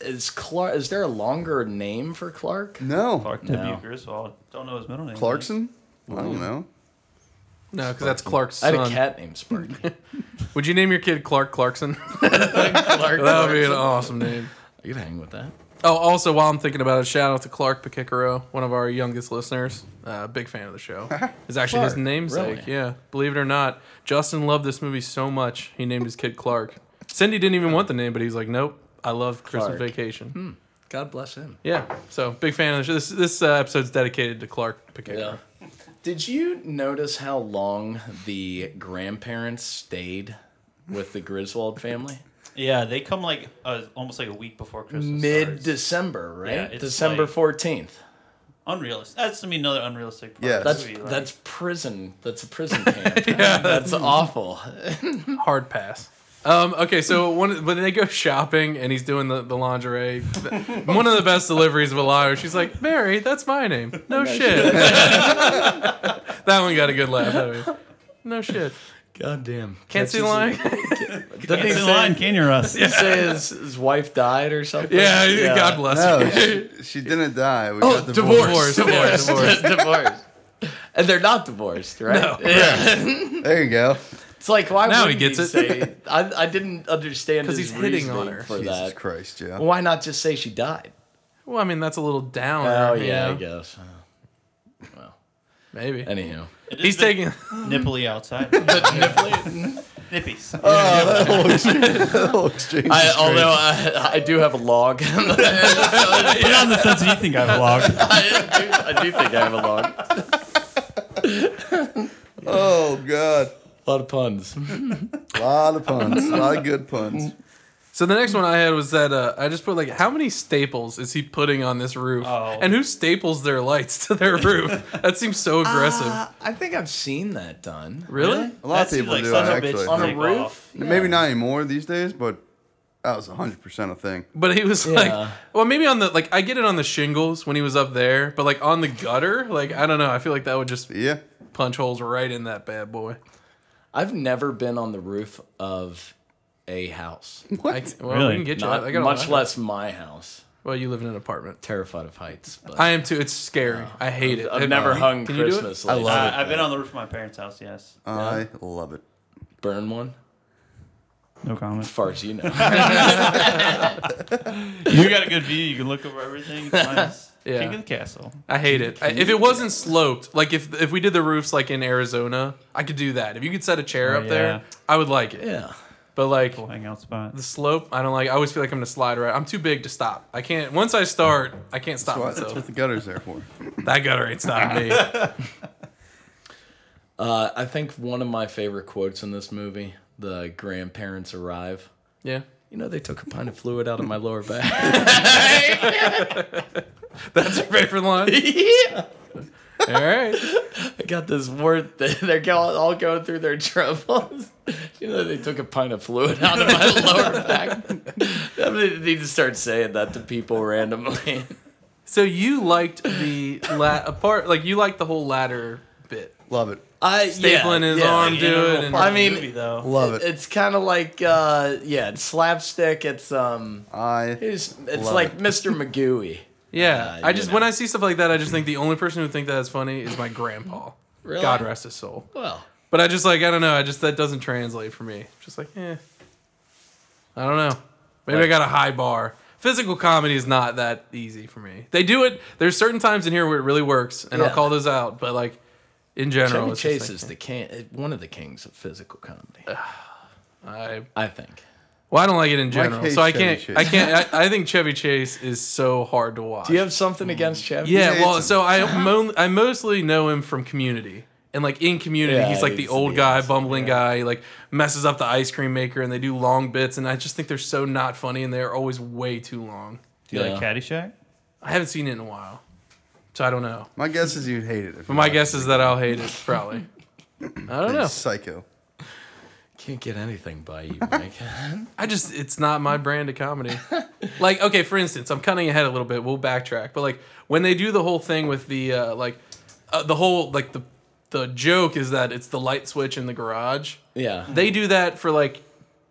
Speaker 2: is Clark? Is there a longer name for Clark?
Speaker 4: No,
Speaker 3: Clark W.
Speaker 2: No.
Speaker 3: Griswold. Don't know his middle name.
Speaker 4: Clarkson. I don't know.
Speaker 1: no, because that's Clark's
Speaker 2: I had a
Speaker 1: son.
Speaker 2: cat named Sparky.
Speaker 1: Would you name your kid Clark Clarkson?
Speaker 2: (laughs)
Speaker 1: (laughs)
Speaker 2: Clark.
Speaker 1: that would be an
Speaker 2: Clarkson.
Speaker 1: awesome name.
Speaker 2: I could hang with that.
Speaker 1: Oh, also, while I'm thinking about it, shout out to Clark Picaro, one of our youngest listeners. Uh, big fan of the show.
Speaker 2: (laughs)
Speaker 1: It's actually his
Speaker 2: Clark,
Speaker 1: namesake.
Speaker 2: really?
Speaker 1: Yeah. Believe it or not, Justin loved this movie so much, he named his kid Clark. Cindy didn't even want the name, but he's like, nope, I love Christmas
Speaker 2: Clark. Hmm.
Speaker 1: Vacation.
Speaker 2: God bless him.
Speaker 1: Yeah. So, big fan of the show. This, this uh, episode's dedicated to Clark Picaro.
Speaker 2: Yeah. Did you notice how long the grandparents stayed with the Griswold family?
Speaker 3: Yeah, they come like uh, almost like a week before Christmas.
Speaker 2: Mid
Speaker 3: starts.
Speaker 2: December,
Speaker 3: Yeah,
Speaker 2: right?
Speaker 3: it's
Speaker 2: December
Speaker 3: like-
Speaker 2: fourteenth.
Speaker 3: unrealistic. That's to me another unrealistic. Part
Speaker 4: Yeah.
Speaker 3: of the
Speaker 2: That's
Speaker 3: movie, like-
Speaker 2: that's prison. That's a prison camp. that's awful.
Speaker 1: Hard pass. Um, okay, so one when they go shopping and he's doing the, the lingerie, one of the best deliveries of a liar. She's like, Mary, that's my name. No, shit. (laughs) that one got a good laugh. out of me. No shit.
Speaker 2: God damn.
Speaker 1: Can't see the line.
Speaker 2: Didn't he
Speaker 3: Get in
Speaker 2: say-
Speaker 3: line, can you,
Speaker 4: (laughs)
Speaker 3: Russ?
Speaker 2: Did he say his, his wife died or something?
Speaker 1: (laughs) yeah, God bless
Speaker 4: No,
Speaker 1: you. (laughs)
Speaker 4: she, she didn't die. We
Speaker 2: Oh,
Speaker 4: got
Speaker 2: divorce.
Speaker 1: Divorce, divorce,
Speaker 2: Divorce. Divorce. divorce. And they're not divorced, right?
Speaker 1: Oh,
Speaker 2: Yeah.
Speaker 4: There you go.
Speaker 2: It's like why
Speaker 1: Now he
Speaker 2: wouldn't
Speaker 1: gets it.
Speaker 2: say? I, I didn't understand
Speaker 1: 'Cause
Speaker 2: his
Speaker 1: he's hitting
Speaker 2: reasoning
Speaker 1: on her.
Speaker 2: for
Speaker 4: Jesus
Speaker 2: that.
Speaker 4: Christ, Joe.
Speaker 2: (laughs) Why not just say she died?
Speaker 1: Well, I mean, that's a little down.
Speaker 2: Oh yeah, I
Speaker 1: yeah.
Speaker 2: guess. Well,
Speaker 1: Maybe.
Speaker 2: anywho.
Speaker 3: It is
Speaker 1: He's
Speaker 3: a bit
Speaker 1: taking. (laughs)
Speaker 3: nipply
Speaker 2: (laughs)
Speaker 3: outside. Nippies.
Speaker 4: (laughs) Oh, exchange
Speaker 2: I,
Speaker 4: is great.
Speaker 2: although uh, I, I do have a log. (laughs)
Speaker 3: Put on the sense you think I vlogged.
Speaker 2: I do, I do think I have a log. A
Speaker 4: oh god,
Speaker 2: lot of puns.
Speaker 4: a lot of puns, a lot of good
Speaker 2: (laughs)
Speaker 4: puns.
Speaker 1: So the next one I had was that uh, I just put like, how many staples is he putting on this roof?
Speaker 3: Oh.
Speaker 1: And who staples their lights (laughs) to their roof? that seems so aggressive.
Speaker 2: Uh, I think I've seen that done.
Speaker 1: really?
Speaker 4: A lot of people do it, actually.
Speaker 2: On a
Speaker 3: Take
Speaker 2: roof?
Speaker 3: off.
Speaker 4: Maybe not anymore these days, but that was hundred percent a thing.
Speaker 1: But he was like,
Speaker 2: Yeah.
Speaker 1: well, maybe on the like, I get it on the shingles when he was up there, but like on the gutter, like I don't know. I feel like that would just
Speaker 4: Yeah,
Speaker 1: punch holes right in that bad boy.
Speaker 2: I've never been on the roof of a house,
Speaker 1: I, well,
Speaker 3: Really?
Speaker 1: we can get you.
Speaker 2: not
Speaker 1: I got
Speaker 2: much
Speaker 1: one.
Speaker 2: less my house.
Speaker 1: Well, you live in an apartment.
Speaker 2: Terrified of heights, but
Speaker 1: I am too. It's scary. I hate it.
Speaker 2: Oh, I've
Speaker 1: Have-
Speaker 2: never
Speaker 1: you-
Speaker 2: hung
Speaker 1: can you do it?
Speaker 2: Christmas lights.
Speaker 4: love
Speaker 3: Uh, I've been on the roof of my parents' house. Yes.
Speaker 4: I love it.
Speaker 2: burn one.
Speaker 3: No comment.
Speaker 2: As far as
Speaker 1: (laughs)
Speaker 2: you
Speaker 3: (laughs)
Speaker 2: know,
Speaker 3: You got a good view. You can look over everything.
Speaker 2: (laughs)
Speaker 3: It's nice.
Speaker 1: Yeah.
Speaker 3: King of the castle.
Speaker 1: I hate it. I, if it wasn't sloped, like if if we did the roofs like in Arizona, I could do that. If you could set a chair
Speaker 3: Oh,
Speaker 1: up there,
Speaker 3: yeah.
Speaker 1: I would like it.
Speaker 2: yeah.
Speaker 1: But like
Speaker 3: Cool hangout spot.
Speaker 1: the slope, I don't like. I always feel like I'm gonna slide right. I'm too big to stop. I can't. Once I start, I can't stop
Speaker 4: Well, that's
Speaker 1: myself.
Speaker 4: what the gutter's there for.
Speaker 1: That gutter ain't stopping
Speaker 2: (laughs)
Speaker 1: me.
Speaker 2: Uh, I think one of my favorite quotes in this movie: the grandparents arrive.
Speaker 1: Yeah.
Speaker 2: You know, they took a pint of fluid out of my lower back. (laughs)
Speaker 1: That's your favorite line.
Speaker 2: (laughs) yeah.
Speaker 1: All right.
Speaker 2: (laughs) I got this word. They're all going through their troubles. (laughs) You know, they took a pint of fluid out of my (laughs) lower back. (laughs) I mean, they need to start saying that to people randomly. (laughs)
Speaker 1: So you liked the la- apart like you liked the whole ladder bit.
Speaker 4: Love it.
Speaker 2: I
Speaker 1: Stapling his arm
Speaker 3: Like,
Speaker 1: to it.
Speaker 3: integral
Speaker 1: And,
Speaker 3: part of
Speaker 2: I
Speaker 3: the
Speaker 2: mean-
Speaker 3: movie, though.
Speaker 4: Love it.
Speaker 2: It's kind of like uh, yeah, it's slapstick. It's um,
Speaker 4: I
Speaker 2: it's, it's
Speaker 4: Love
Speaker 2: like
Speaker 4: it. (laughs)
Speaker 2: Mr. Magooey.
Speaker 1: yeah,
Speaker 2: Uh,
Speaker 1: I
Speaker 2: you
Speaker 1: just
Speaker 2: know.
Speaker 1: when I see stuff like that, I just think the only person who would think that's funny is my grandpa.
Speaker 2: Really?
Speaker 1: God rest his soul.
Speaker 2: Well,
Speaker 1: But I just like I don't know. I just that doesn't translate for me. Just like eh, I don't know. Maybe I
Speaker 2: Right.
Speaker 1: got a high bar. Physical comedy is not that easy for me. They do it. There's certain times in here where it really works, and I'll
Speaker 2: Yeah.
Speaker 1: call those out. But like in general,
Speaker 2: Chevy
Speaker 1: it's
Speaker 2: Chase
Speaker 1: just
Speaker 2: is
Speaker 1: like, Uh,
Speaker 2: the king, eh, one of the kings of physical comedy.
Speaker 1: I
Speaker 2: I think.
Speaker 1: well, I don't like it in general,
Speaker 4: hates
Speaker 1: so I
Speaker 4: Chevy
Speaker 1: can't.
Speaker 4: Chase.
Speaker 1: I can't. I, I think Chevy Chase is so hard to watch.
Speaker 2: Do you have something against Chevy?
Speaker 1: mm, Yeah,
Speaker 4: hates
Speaker 1: well,
Speaker 4: him.
Speaker 1: so
Speaker 2: (laughs)
Speaker 1: I mo- I mostly know him from Community, and like in Community,
Speaker 2: Yeah,
Speaker 1: he's like the
Speaker 2: he's-
Speaker 1: old
Speaker 2: he
Speaker 1: guy,
Speaker 2: is,
Speaker 1: bumbling guy. He like messes up the ice cream maker, and they do long bits, and I just think they're so not funny, and they're always way too long.
Speaker 3: Do you
Speaker 2: Yeah.
Speaker 3: like Caddyshack?
Speaker 1: I haven't seen it in a while, so I don't know.
Speaker 4: my guess is you'd hate it. If
Speaker 1: But my guess is that I'll hate it
Speaker 2: (laughs)
Speaker 1: probably. I don't know.
Speaker 4: Psycho.
Speaker 2: Can't get anything by you,
Speaker 1: (laughs)
Speaker 2: Mike.
Speaker 1: I just it's not my brand of comedy. like okay, for instance, I'm cutting ahead a little bit. We'll backtrack, but like when they do the whole thing with the uh, like uh, the whole like the the joke is that it's the light switch in the garage.
Speaker 2: yeah.
Speaker 1: They do that for like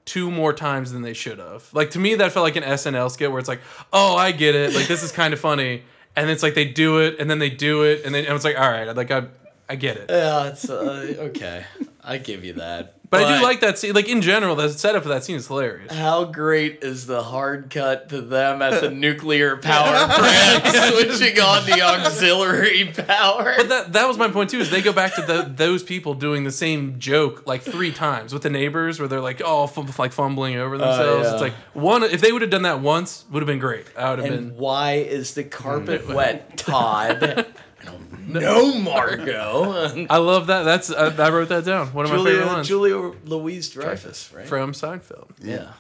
Speaker 1: two more times than they should have. Like to me, that felt like an SNL skit where it's like, oh, I get it. Like this is kind of funny, and it's like they do it, and then they do it, and then and it's like, all right, like I I get it.
Speaker 2: Yeah, it's uh, okay. I give you that.
Speaker 1: But I do like that scene. Like in general, the setup for that scene is hilarious.
Speaker 2: How great is the hard cut to them
Speaker 1: (laughs)
Speaker 2: at the nuclear power plant switching on the auxiliary power?
Speaker 1: But that that was my point too. Is they go back to tho- those people doing the same joke like three times with the neighbors, where they're like, oh, f- like fumbling over themselves.
Speaker 2: Oh, yeah.
Speaker 1: It's like one. If they would have done that once, would have been great. I would have
Speaker 2: and
Speaker 1: been.
Speaker 2: why is the carpet
Speaker 1: Mm. (laughs)
Speaker 2: wet, Todd? I don't
Speaker 1: (laughs)
Speaker 2: know, Margot.
Speaker 1: I love that. That's I, I wrote that down. One of my favorite
Speaker 2: Julia,
Speaker 1: lines
Speaker 2: Julia Louise Dreyfus, right?
Speaker 1: from Seinfeld.
Speaker 2: yeah.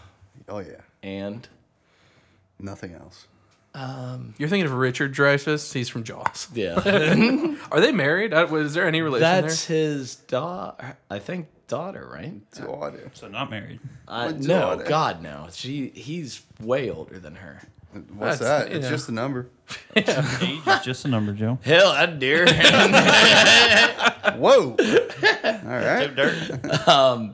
Speaker 4: Oh yeah.
Speaker 2: And
Speaker 4: Nothing else.
Speaker 1: You're thinking of Richard Dreyfuss. He's from Jaws.
Speaker 2: (laughs) yeah,
Speaker 1: Are they married? I, was there any relation
Speaker 2: that's his daughter. I think daughter, right?
Speaker 4: Daughter.
Speaker 3: So not married.
Speaker 2: Uh,
Speaker 4: My
Speaker 2: no,
Speaker 4: daughter.
Speaker 2: God, no. She, he's way older than her.
Speaker 4: What's
Speaker 1: That's-
Speaker 4: that?
Speaker 1: you
Speaker 4: It's
Speaker 1: know.
Speaker 4: just a number.
Speaker 3: Age is just a number, Joe.
Speaker 2: (laughs) Hell, I dear.
Speaker 4: Whoa. All right.
Speaker 3: Dirt.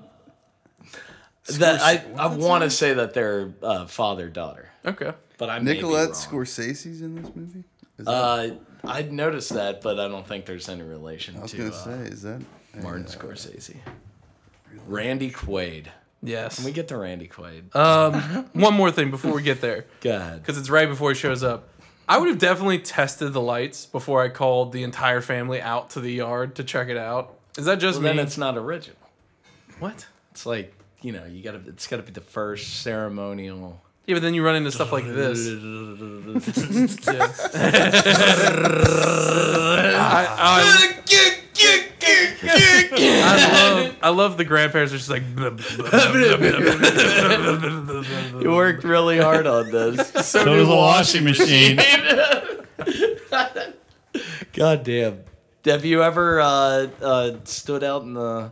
Speaker 2: that I, I want to say that they're uh, father daughter,
Speaker 1: there? Okay.
Speaker 2: but I may be
Speaker 4: Nicolette
Speaker 2: wrong.
Speaker 4: Scorsese's in this movie. Is that,
Speaker 2: Uh, I noticed that, but I don't think there's any relation
Speaker 4: I was
Speaker 2: to
Speaker 4: gonna
Speaker 2: uh,
Speaker 4: say, is that a,
Speaker 2: Martin
Speaker 4: uh,
Speaker 2: Scorsese. Randy Quaid.
Speaker 1: Yes.
Speaker 2: Can we get to Randy Quaid?
Speaker 1: um, one more thing before we get there.
Speaker 2: Go ahead.
Speaker 1: because it's right before he shows up. I would have definitely tested the lights before I called the entire family out to the yard to check it out. Is that just
Speaker 2: Well, then
Speaker 1: me?
Speaker 2: it's not original.
Speaker 1: what?
Speaker 2: It's like you know, you gotta. It's gotta be the first ceremonial.
Speaker 1: Yeah, but then you run into stuff like
Speaker 2: (laughs)
Speaker 1: this. Yeah. I, I, I love, I love the grandparents are just like. "Blah, blah, blah, blah,
Speaker 2: (laughs)
Speaker 1: blah, blah, blah, blah, blah, blah, blah,
Speaker 2: You
Speaker 1: blah."
Speaker 2: worked really hard on this. So,
Speaker 3: So
Speaker 2: did
Speaker 3: does a washing machine.
Speaker 2: (laughs) God damn. Have you ever uh, uh, stood out in the?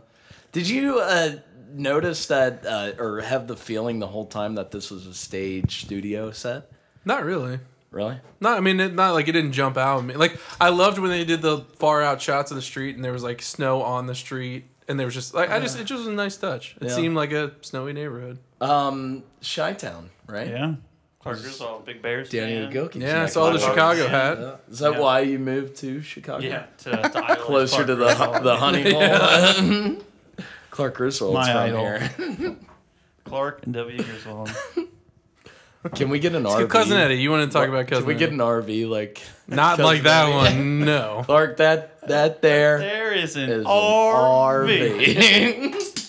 Speaker 2: Did you uh, notice that uh, or have the feeling the whole time that this was a stage studio set?
Speaker 1: Not really.
Speaker 2: Really?
Speaker 1: Not, I mean, it, not like it didn't jump out at me. Like I loved when they did the far out shots of the street, and there was like snow on the street, and there was just like I just it just was a nice touch. It
Speaker 2: Yeah.
Speaker 1: seemed like a snowy neighborhood.
Speaker 2: Um, Chi Town, right?
Speaker 3: Yeah. Clark Griswold, Big Bears.
Speaker 2: Daniel
Speaker 3: fan.
Speaker 2: Gilkins.
Speaker 1: Yeah, I saw the
Speaker 3: Chicago
Speaker 1: Chicago hat.
Speaker 3: fan.
Speaker 2: Yeah. Is that
Speaker 3: Yeah.
Speaker 2: why you moved to Chicago?
Speaker 3: Yeah. To, to Iowa,
Speaker 2: Closer
Speaker 3: Clark
Speaker 2: to the
Speaker 3: Griswold. (laughs)
Speaker 2: the honey hole. (laughs) Clark Griswold's
Speaker 3: My
Speaker 2: from
Speaker 3: idol.
Speaker 2: here. (laughs)
Speaker 3: Clark and W. Griswold.
Speaker 2: Can we get an
Speaker 1: Good
Speaker 2: RV?
Speaker 1: cousin Eddie, you want to talk about cousin?
Speaker 2: Can we get
Speaker 1: Eddie?
Speaker 2: an RV like?
Speaker 1: not
Speaker 2: Cousin
Speaker 1: like that
Speaker 2: Eddie? (laughs)
Speaker 1: one? No.
Speaker 2: Clark, that that there
Speaker 3: There is an
Speaker 2: is an
Speaker 3: RV.
Speaker 2: RV.
Speaker 3: (laughs)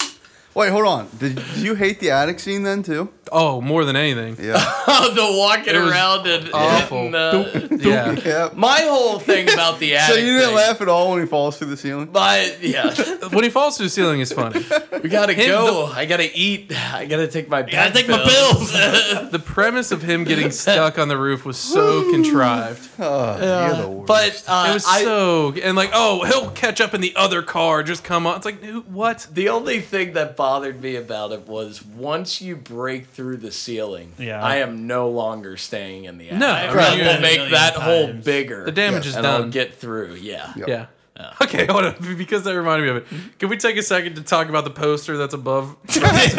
Speaker 2: (laughs)
Speaker 4: Wait, hold on. Did, did you hate the attic scene then too?
Speaker 1: Oh, more than anything.
Speaker 2: (laughs)
Speaker 4: Yeah.
Speaker 2: the walking
Speaker 1: It was
Speaker 2: around and,
Speaker 1: awful.
Speaker 2: and, uh,
Speaker 1: Yeah.
Speaker 4: yeah.
Speaker 2: my whole thing
Speaker 1: (laughs)
Speaker 2: about the
Speaker 4: So
Speaker 2: attic.
Speaker 4: you didn't
Speaker 2: thing-
Speaker 4: laugh at all when he falls through the ceiling?
Speaker 2: My
Speaker 1: (laughs)
Speaker 2: yeah,
Speaker 1: when he falls through the ceiling is funny.
Speaker 2: we gotta
Speaker 1: Him,
Speaker 2: go. I gotta eat. I gotta take my.
Speaker 3: gotta
Speaker 2: back
Speaker 3: take my (laughs)
Speaker 2: (laughs) pills.
Speaker 1: The premise of him getting stuck on the roof was
Speaker 2: (laughs)
Speaker 1: so contrived.
Speaker 4: Oh, you're the worst.
Speaker 2: but uh,
Speaker 1: It was
Speaker 2: I,
Speaker 1: so and like, oh, he'll catch up in the other car. Just come on. It's like, who- what?
Speaker 2: The only thing that bothered me about it was once you break through the ceiling,
Speaker 3: Yeah.
Speaker 2: I am no longer staying in the attic.
Speaker 1: No,
Speaker 2: I
Speaker 1: right.
Speaker 2: will
Speaker 3: Yeah.
Speaker 2: make that hole
Speaker 3: Times.
Speaker 2: bigger.
Speaker 1: The damage is
Speaker 2: and I'll
Speaker 1: done.
Speaker 2: get through. Yeah.
Speaker 4: Yep.
Speaker 1: yeah. (laughs) Okay, hold on. Because that reminded me of it. Can we take a second to talk about the poster that's above?
Speaker 2: The grandpa.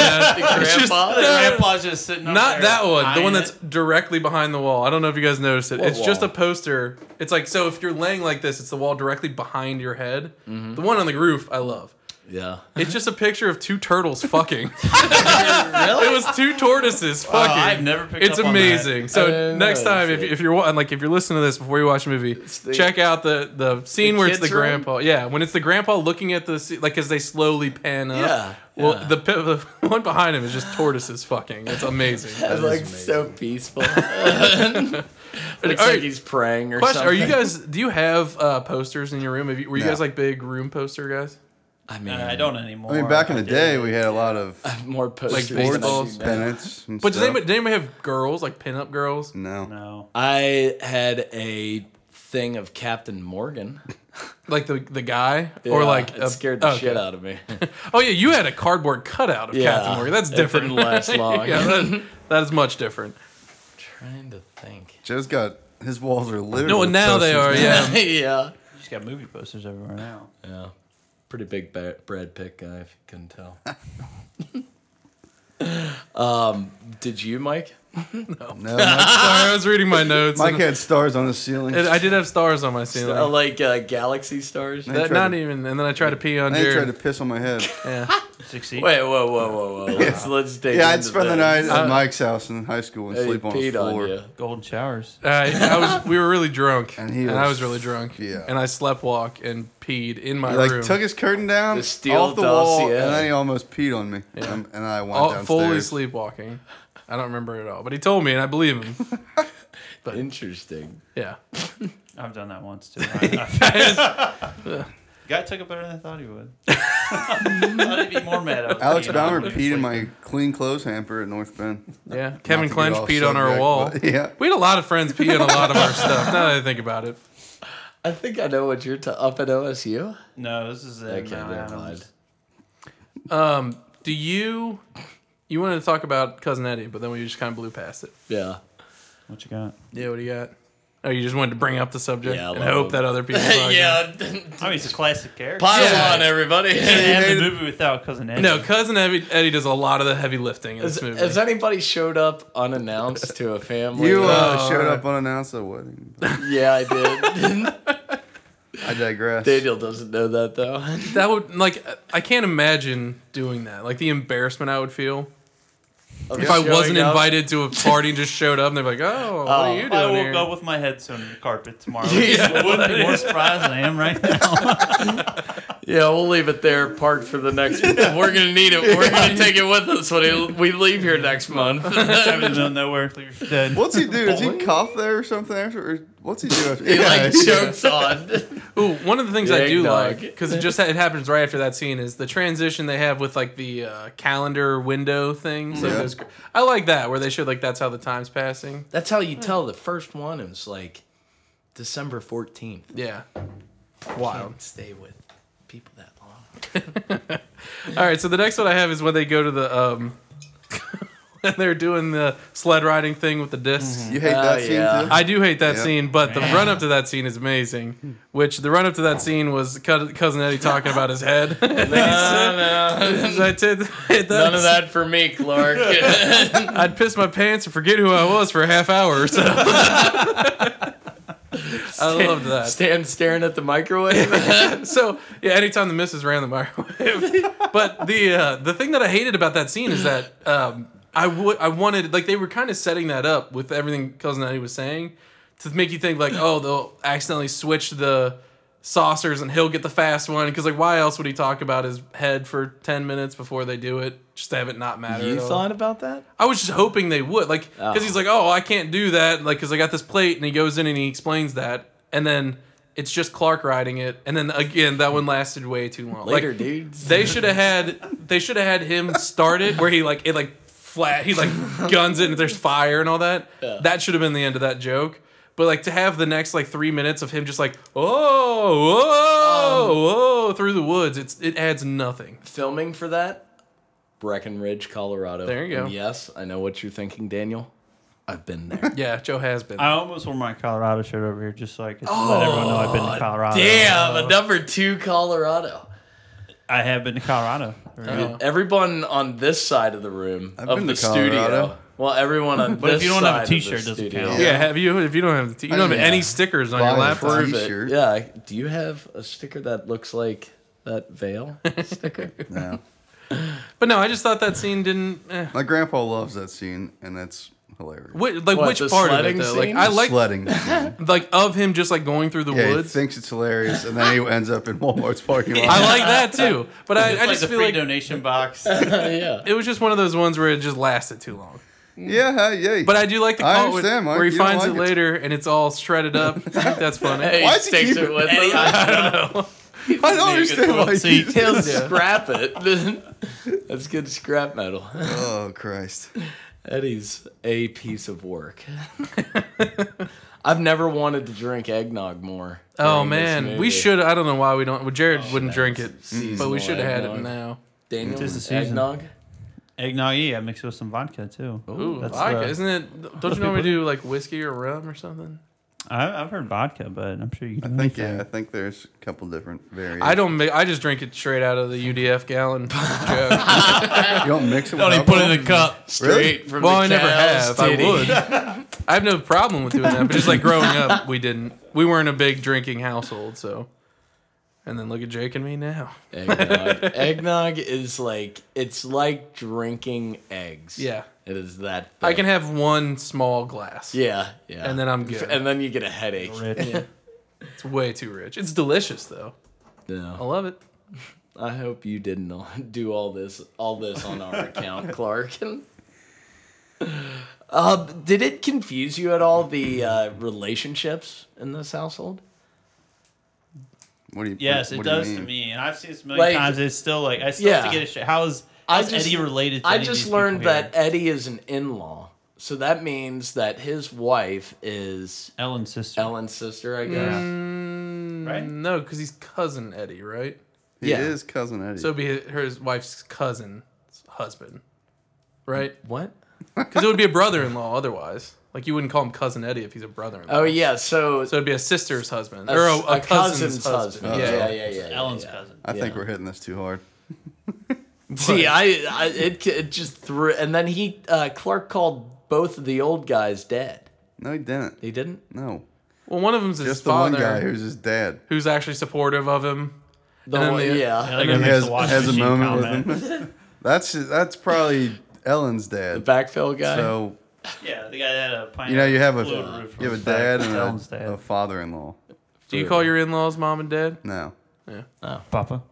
Speaker 1: No, no, no.
Speaker 3: Grandpa's just sitting. up
Speaker 1: Not
Speaker 3: there
Speaker 1: that one. The
Speaker 3: eyeing
Speaker 1: one
Speaker 3: it.
Speaker 1: that's directly behind the wall. I don't know if you guys noticed it. it's just a
Speaker 2: wall?
Speaker 1: poster. It's like so if you're laying like this, it's the wall directly behind your head.
Speaker 2: Mm-hmm.
Speaker 1: The one on the roof, I love.
Speaker 2: yeah.
Speaker 1: It's just a picture of two
Speaker 2: (laughs)
Speaker 1: turtles fucking.
Speaker 2: really?
Speaker 1: it was two tortoises
Speaker 3: Oh,
Speaker 1: fucking.
Speaker 3: I've never picked
Speaker 1: it's
Speaker 3: up on that.
Speaker 1: amazing.
Speaker 2: I
Speaker 1: So
Speaker 2: didn't
Speaker 1: next
Speaker 2: know that
Speaker 1: time, if,
Speaker 2: shit.
Speaker 1: if you're wa- like if you're listening to this before you watch a movie,
Speaker 2: the-
Speaker 1: check out the the scene
Speaker 2: The
Speaker 1: where it's the
Speaker 2: kids' room?
Speaker 1: grandpa. Yeah, when it's the grandpa looking at the se- like as they slowly pan up.
Speaker 2: Yeah,
Speaker 1: Well,
Speaker 2: yeah.
Speaker 1: The, pi- (laughs) the one behind him is just tortoises fucking. It's amazing.
Speaker 2: It's like so (laughs) peaceful. Looks
Speaker 1: All right.
Speaker 2: like he's praying or
Speaker 1: Question:
Speaker 2: something.
Speaker 1: Are you guys? Do you have uh, posters in your room? Have you, were you
Speaker 4: No.
Speaker 1: guys like big room poster guys?
Speaker 2: I mean,
Speaker 3: Uh, I don't anymore.
Speaker 4: I mean, back in the
Speaker 3: did.
Speaker 4: day, we had a lot of
Speaker 2: more posters.
Speaker 1: Like
Speaker 2: than I do
Speaker 1: baseballs,
Speaker 2: now.
Speaker 4: pennants and
Speaker 1: But does
Speaker 4: stuff.
Speaker 1: anybody, did anybody have girls like pinup girls?
Speaker 4: No.
Speaker 3: No.
Speaker 2: I had a thing of Captain Morgan.
Speaker 1: Like the the guy (laughs) or
Speaker 2: Yeah,
Speaker 1: like
Speaker 2: it
Speaker 1: a-
Speaker 2: scared the
Speaker 1: okay.
Speaker 2: shit out of me.
Speaker 1: Oh yeah, you had a cardboard cutout of
Speaker 2: Yeah,
Speaker 1: Captain Morgan. That's
Speaker 2: (laughs)
Speaker 1: (laughs)
Speaker 2: it
Speaker 1: different.
Speaker 2: didn't last
Speaker 1: (laughs)
Speaker 2: long.
Speaker 1: yeah, that, that is much different.
Speaker 2: Trying to think.
Speaker 4: Joe's got his walls are littered.
Speaker 1: No,
Speaker 4: with
Speaker 1: and now they are.
Speaker 4: posters.
Speaker 1: Yeah,
Speaker 2: (laughs) yeah.
Speaker 3: You just got movie posters everywhere now.
Speaker 2: Yeah. Pretty big ba- Brad Pitt guy, if you couldn't tell. (laughs) um, did you, Mike?
Speaker 4: No, Mike,
Speaker 1: sorry, I was reading my notes. (laughs)
Speaker 4: Mike
Speaker 1: and-
Speaker 4: had stars on the ceiling.
Speaker 1: and I did have stars on my
Speaker 2: Uh,
Speaker 1: ceiling.
Speaker 2: like uh, Galaxy Stars?
Speaker 4: Nice.
Speaker 1: That,
Speaker 4: tried
Speaker 1: not
Speaker 4: to-
Speaker 1: even. And then I tried to pee on
Speaker 4: I tried
Speaker 1: Jared.
Speaker 4: to piss on my head.
Speaker 1: yeah.
Speaker 3: Succeed.
Speaker 2: Wait, whoa, whoa, whoa, whoa. Let's, let's dig
Speaker 4: Yeah, I'd
Speaker 2: into
Speaker 4: spend the
Speaker 2: this.
Speaker 4: night
Speaker 1: Uh,
Speaker 4: at Mike's house in high school and
Speaker 2: Hey,
Speaker 4: sleep on the
Speaker 2: peed
Speaker 4: floor.
Speaker 2: on you.
Speaker 3: Golden showers.
Speaker 1: I, (laughs) I was. We were really drunk, and,
Speaker 4: And he
Speaker 1: I was
Speaker 4: was-
Speaker 1: really drunk.
Speaker 4: yeah.
Speaker 1: And I slept walk and peed in my
Speaker 4: He, like
Speaker 1: room.
Speaker 4: took his curtain down
Speaker 2: The steel
Speaker 4: off the wall,
Speaker 2: dossier.
Speaker 4: and then he almost peed on me. Um, and I went
Speaker 1: all,
Speaker 4: downstairs.
Speaker 1: Oh, fully sleepwalking. I don't remember it all, but he told me, and I believe him. (laughs)
Speaker 2: Interesting.
Speaker 1: Yeah.
Speaker 3: I've done that
Speaker 1: (laughs)
Speaker 3: once too. (laughs) I, guy took it better than I thought he would. (laughs) I thought he'd be more mad. I was
Speaker 4: Alex
Speaker 3: peeing
Speaker 4: Baumer
Speaker 3: on him.
Speaker 4: peed in my clean clothes hamper at North Bend.
Speaker 1: Yeah. Kevin
Speaker 4: Not to get
Speaker 1: Clench
Speaker 4: off
Speaker 1: peed on our
Speaker 4: subject,
Speaker 1: wall.
Speaker 4: but- (laughs) yeah.
Speaker 1: We had a lot of friends pee on a lot of our stuff. Now that I think about it.
Speaker 2: I think I know what you're to up at OSU.
Speaker 3: No, this is uh,
Speaker 2: Okay,
Speaker 3: it. No,
Speaker 2: never
Speaker 3: Adams.
Speaker 2: mind.
Speaker 1: Um, do you you wanted to talk about cousin Eddie, but then we just kind of blew past it.
Speaker 2: Yeah.
Speaker 3: What you got?
Speaker 1: Yeah, what do you got? Oh, you just wanted to bring up the subject
Speaker 2: Yeah, I
Speaker 1: and
Speaker 2: love
Speaker 1: hope
Speaker 2: him.
Speaker 1: that other
Speaker 2: (laughs)
Speaker 1: people. saw it.
Speaker 3: I mean, he's a classic character.
Speaker 2: Pile
Speaker 1: (laughs) Yeah.
Speaker 2: on, everybody.
Speaker 3: Can't have
Speaker 4: Hated-
Speaker 3: the movie without cousin Eddie.
Speaker 1: No, cousin Eddie, Eddie does a lot of the heavy lifting in
Speaker 2: Has,
Speaker 1: this movie.
Speaker 2: has anybody showed up unannounced to a family?
Speaker 4: You uh,
Speaker 1: Oh,
Speaker 4: showed
Speaker 1: alright.
Speaker 4: up unannounced at a wedding.
Speaker 2: yeah, I (laughs) did.
Speaker 4: I digress.
Speaker 2: Daniel doesn't know that though. (laughs)
Speaker 1: that would like I can't imagine doing that. Like the embarrassment I would feel if I wasn't invited to a party and just showed up and they're like, "Oh, what
Speaker 2: Oh,
Speaker 1: are you
Speaker 3: I
Speaker 1: doing
Speaker 3: will
Speaker 1: here?"
Speaker 3: go with my head sewn to the carpet
Speaker 2: (laughs)
Speaker 3: tomorrow. I wouldn't be more surprised than I am right now. (laughs)
Speaker 2: Yeah, we'll leave it there, parked for the (laughs) next. We're gonna need it. We're gonna (laughs) take it with us when we leave here next (laughs) month.
Speaker 3: I was in nowhere. You're dead.
Speaker 4: What's he do?
Speaker 1: (laughs)
Speaker 4: Does he cough there or something after? Or what's he do after?
Speaker 2: he like
Speaker 4: Yeah.
Speaker 2: chokes on.
Speaker 1: Ooh, one of the things I
Speaker 2: Big
Speaker 1: do
Speaker 2: dog.
Speaker 1: like because it just it happens right after that scene is the transition they have with like the uh, calendar window thing. So
Speaker 4: Yeah.
Speaker 1: those- I like that where they showed like that's how the time's passing.
Speaker 2: (laughs) That's how you tell the first one. It was like December fourteenth.
Speaker 1: Yeah, wild.
Speaker 2: Stay with people that long.
Speaker 1: All right, so the next one I have is when they go to the um, (laughs) when they're doing the sled riding thing with the disks
Speaker 4: You hate
Speaker 2: Oh,
Speaker 4: that scene
Speaker 2: yeah.
Speaker 4: too?
Speaker 1: I do hate that
Speaker 4: Yep.
Speaker 1: scene, but the run up to that scene is amazing. Which the run up to that scene was cou- cousin Eddie talking about his
Speaker 2: (laughs)
Speaker 1: head. (laughs) I did hate that
Speaker 2: None (laughs) of that for me, (laughs) Clark.
Speaker 1: I'd piss my pants and forget who I was for a half hour or so. I loved that.
Speaker 2: Stand staring at the (laughs) microwave.
Speaker 1: (laughs) So yeah, anytime the missus ran the microwave. but the uh, the thing that I hated about that scene is that um, I would I wanted like they were kind of setting that up with everything cousin Eddie was saying to make you think like oh they'll accidentally switch the saucers and he'll get the fast one because like why else would he talk about his head for 10 minutes before they do it just to have it not matter
Speaker 2: You
Speaker 1: at all.
Speaker 2: thought about that?
Speaker 1: i was just hoping they would like because
Speaker 2: Oh.
Speaker 1: he's like oh i can't do that like because i got this plate and he goes in and he explains that and then it's just clark riding it and then again that one lasted way too long
Speaker 2: Later,
Speaker 1: like,
Speaker 2: dudes.
Speaker 1: they should have had they should have had him start it where he like it like flat he like guns it and there's fire and all that. That should have been the end of that joke. But like to have the next like three minutes of him just like
Speaker 2: Um,
Speaker 1: oh whoa whoa through the woods, it's it adds nothing.
Speaker 2: Filming for that? Breckenridge, Colorado.
Speaker 1: There you go.
Speaker 2: And yes, I know what you're thinking, Daniel. I've been there.
Speaker 1: Yeah, Joe has been.
Speaker 3: I almost wore my Colorado shirt over here just so I could let everyone know I've been to Colorado.
Speaker 2: Oh, Damn, a number two Colorado.
Speaker 3: I have been to Colorado.
Speaker 2: Everyone on this side of the room
Speaker 4: I've
Speaker 2: of
Speaker 4: been
Speaker 2: the
Speaker 4: to Colorado.
Speaker 2: studio. Well, everyone on
Speaker 3: (laughs) But if
Speaker 2: this
Speaker 3: you don't have a
Speaker 2: side of the
Speaker 3: t-shirt, it doesn't
Speaker 2: studio.
Speaker 3: count.
Speaker 1: yeah, have you if you don't have the t- you don't have
Speaker 4: Yeah.
Speaker 1: any stickers on your
Speaker 4: Buy a
Speaker 1: laptop.
Speaker 4: free-
Speaker 2: Prove it.
Speaker 4: T-shirt.
Speaker 2: Yeah. Do you have a sticker that looks like
Speaker 3: (laughs)
Speaker 2: that veil sticker?
Speaker 4: No.
Speaker 1: But no, I just thought that scene didn't eh.
Speaker 4: My grandpa loves that scene, and that's hilarious.
Speaker 1: Whi- like
Speaker 2: What,
Speaker 1: which
Speaker 2: the
Speaker 1: part of it
Speaker 2: sledding
Speaker 1: though? Like
Speaker 2: scene?
Speaker 1: I like
Speaker 4: sledding. scene.
Speaker 1: like of him just like going through the
Speaker 4: yeah, he
Speaker 1: woods.
Speaker 4: thinks it's hilarious, and then he ends up in Walmart's parking lot.
Speaker 1: I like that too. But I,
Speaker 3: It's
Speaker 1: I
Speaker 3: like
Speaker 1: just
Speaker 3: the
Speaker 1: feel
Speaker 3: free
Speaker 1: like
Speaker 3: donation
Speaker 2: (laughs)
Speaker 3: box.
Speaker 2: yeah.
Speaker 1: it was just one of those ones where it just lasted too long.
Speaker 4: (laughs) yeah, yeah.
Speaker 1: But I do like the
Speaker 4: I
Speaker 1: call where,
Speaker 4: understand, Mike.
Speaker 1: where he
Speaker 4: You don't
Speaker 1: finds
Speaker 4: like
Speaker 1: it
Speaker 4: it.
Speaker 1: later and it's all shredded
Speaker 4: (laughs)
Speaker 1: up. That's funny.
Speaker 2: Hey,
Speaker 4: Why
Speaker 2: he
Speaker 4: does he keep
Speaker 2: sticks
Speaker 4: it?
Speaker 2: it with
Speaker 3: Any-
Speaker 2: him.
Speaker 3: I don't know.
Speaker 4: I don't understand why.
Speaker 3: See,
Speaker 2: (laughs)
Speaker 4: he-
Speaker 2: He'll scrap it. (laughs) That's good scrap metal. (laughs)
Speaker 4: Oh Christ!
Speaker 2: Eddie's a piece of work. (laughs) I've never wanted to drink eggnog more.
Speaker 1: Oh
Speaker 2: during this
Speaker 1: man, we
Speaker 2: movie. Oh,
Speaker 1: should. I don't know why we don't. Well, Jared wouldn't drink it, but
Speaker 2: seasonal
Speaker 1: we should have had it
Speaker 2: eggnog.
Speaker 1: now.
Speaker 2: Daniel,
Speaker 3: Tis the season.
Speaker 2: eggnog.
Speaker 3: Eggnog, yeah, mixed with some vodka too.
Speaker 1: Ooh,
Speaker 3: That's,
Speaker 1: vodka,
Speaker 3: uh,
Speaker 1: isn't it? Don't you normally do like whiskey or rum or something?
Speaker 3: I, I've heard vodka, but I'm sure you
Speaker 4: I
Speaker 3: can.
Speaker 4: think yeah, I think there's a couple different variants.
Speaker 1: I don't. Make, I just drink it straight out of the UDF
Speaker 2: (laughs)
Speaker 1: gallon jug.
Speaker 4: You don't mix it.
Speaker 2: Don't
Speaker 4: with
Speaker 2: even put it
Speaker 4: alcohol?
Speaker 2: in a cup. Straight
Speaker 4: Really?
Speaker 2: from
Speaker 1: well, I
Speaker 2: the
Speaker 1: never
Speaker 2: cow's
Speaker 1: have.
Speaker 2: titty.
Speaker 1: I
Speaker 2: (laughs)
Speaker 1: would. I have no problem with doing that, but just like growing up, we didn't. We weren't a big drinking household, so. And then look at Jake and me now.
Speaker 2: Eggnog.
Speaker 1: (laughs)
Speaker 2: eggnog is like it's like drinking eggs.
Speaker 1: Yeah.
Speaker 2: It is that.
Speaker 1: I
Speaker 2: thick.
Speaker 1: can have one small glass.
Speaker 2: Yeah, yeah.
Speaker 1: And then I'm good.
Speaker 2: And then you get a headache.
Speaker 3: Rich.
Speaker 1: It's way too rich. It's delicious though. I
Speaker 2: No.
Speaker 1: love it.
Speaker 2: I hope you didn't all- (laughs) do all this all this on our
Speaker 1: (laughs)
Speaker 2: account, Clark. Uh, did it confuse you at all the uh, relationships in this household?
Speaker 4: What do you?
Speaker 3: (laughs) Yes,
Speaker 4: what
Speaker 3: it
Speaker 4: do you
Speaker 3: does to
Speaker 4: mean?
Speaker 3: me, and I've seen this a million
Speaker 2: Like-
Speaker 3: times. It's still like I still have to
Speaker 2: Yeah.
Speaker 3: get it straight. How is
Speaker 2: I
Speaker 3: how is
Speaker 2: just-
Speaker 3: Eddie related? to
Speaker 2: I
Speaker 3: any of
Speaker 2: just
Speaker 3: these people
Speaker 2: learned
Speaker 3: here?
Speaker 2: that Eddie is an in-law, so that means that his wife is
Speaker 3: Ellen's sister.
Speaker 2: Ellen's sister, I guess.
Speaker 3: Yeah.
Speaker 1: Mm,
Speaker 3: Right?
Speaker 1: No, because he's cousin Eddie, right?
Speaker 4: He
Speaker 2: Yeah.
Speaker 4: is cousin Eddie.
Speaker 1: So it'd be her his wife's cousin husband, right?
Speaker 2: What?
Speaker 1: Because it would be a brother-in-law otherwise. Like you wouldn't call him cousin Eddie if he's a brother-in-law.
Speaker 2: Oh yeah, so,
Speaker 1: So it'd be a sister's husband or a, a cousin's, husband.
Speaker 4: husband.
Speaker 1: Yeah.
Speaker 2: Oh, yeah, yeah, yeah, yeah,
Speaker 3: Ellen's
Speaker 2: yeah.
Speaker 3: cousin.
Speaker 4: I think
Speaker 2: yeah.
Speaker 4: we're hitting this too hard.
Speaker 2: See, I, I it, it just threw, and then he uh, Clark called both of the old guys dead.
Speaker 4: No, he didn't.
Speaker 2: He didn't.
Speaker 4: No,
Speaker 1: Well, one of them's his
Speaker 4: just the one
Speaker 1: father,
Speaker 4: guy who's his dad.
Speaker 1: who's actually supportive of him.
Speaker 2: The
Speaker 1: And then
Speaker 2: one,
Speaker 1: the-
Speaker 2: yeah,
Speaker 3: Yeah, that guy
Speaker 4: He
Speaker 3: makes
Speaker 4: has,
Speaker 3: the washing
Speaker 4: has a
Speaker 3: machine
Speaker 4: moment
Speaker 3: comment.
Speaker 4: with him. (laughs) that's that's probably Ellen's
Speaker 2: the
Speaker 4: dad.
Speaker 2: backfill guy.
Speaker 4: So
Speaker 3: Yeah, the guy that had a pint.
Speaker 4: you know
Speaker 3: of
Speaker 4: you have a
Speaker 3: fluid roof from
Speaker 4: you have a
Speaker 3: his back.
Speaker 4: dad and
Speaker 3: Ellen's
Speaker 4: a,
Speaker 3: dad.
Speaker 4: a father-in-law.
Speaker 1: Do you call your in-laws mom and dad?
Speaker 4: No,
Speaker 3: Papa.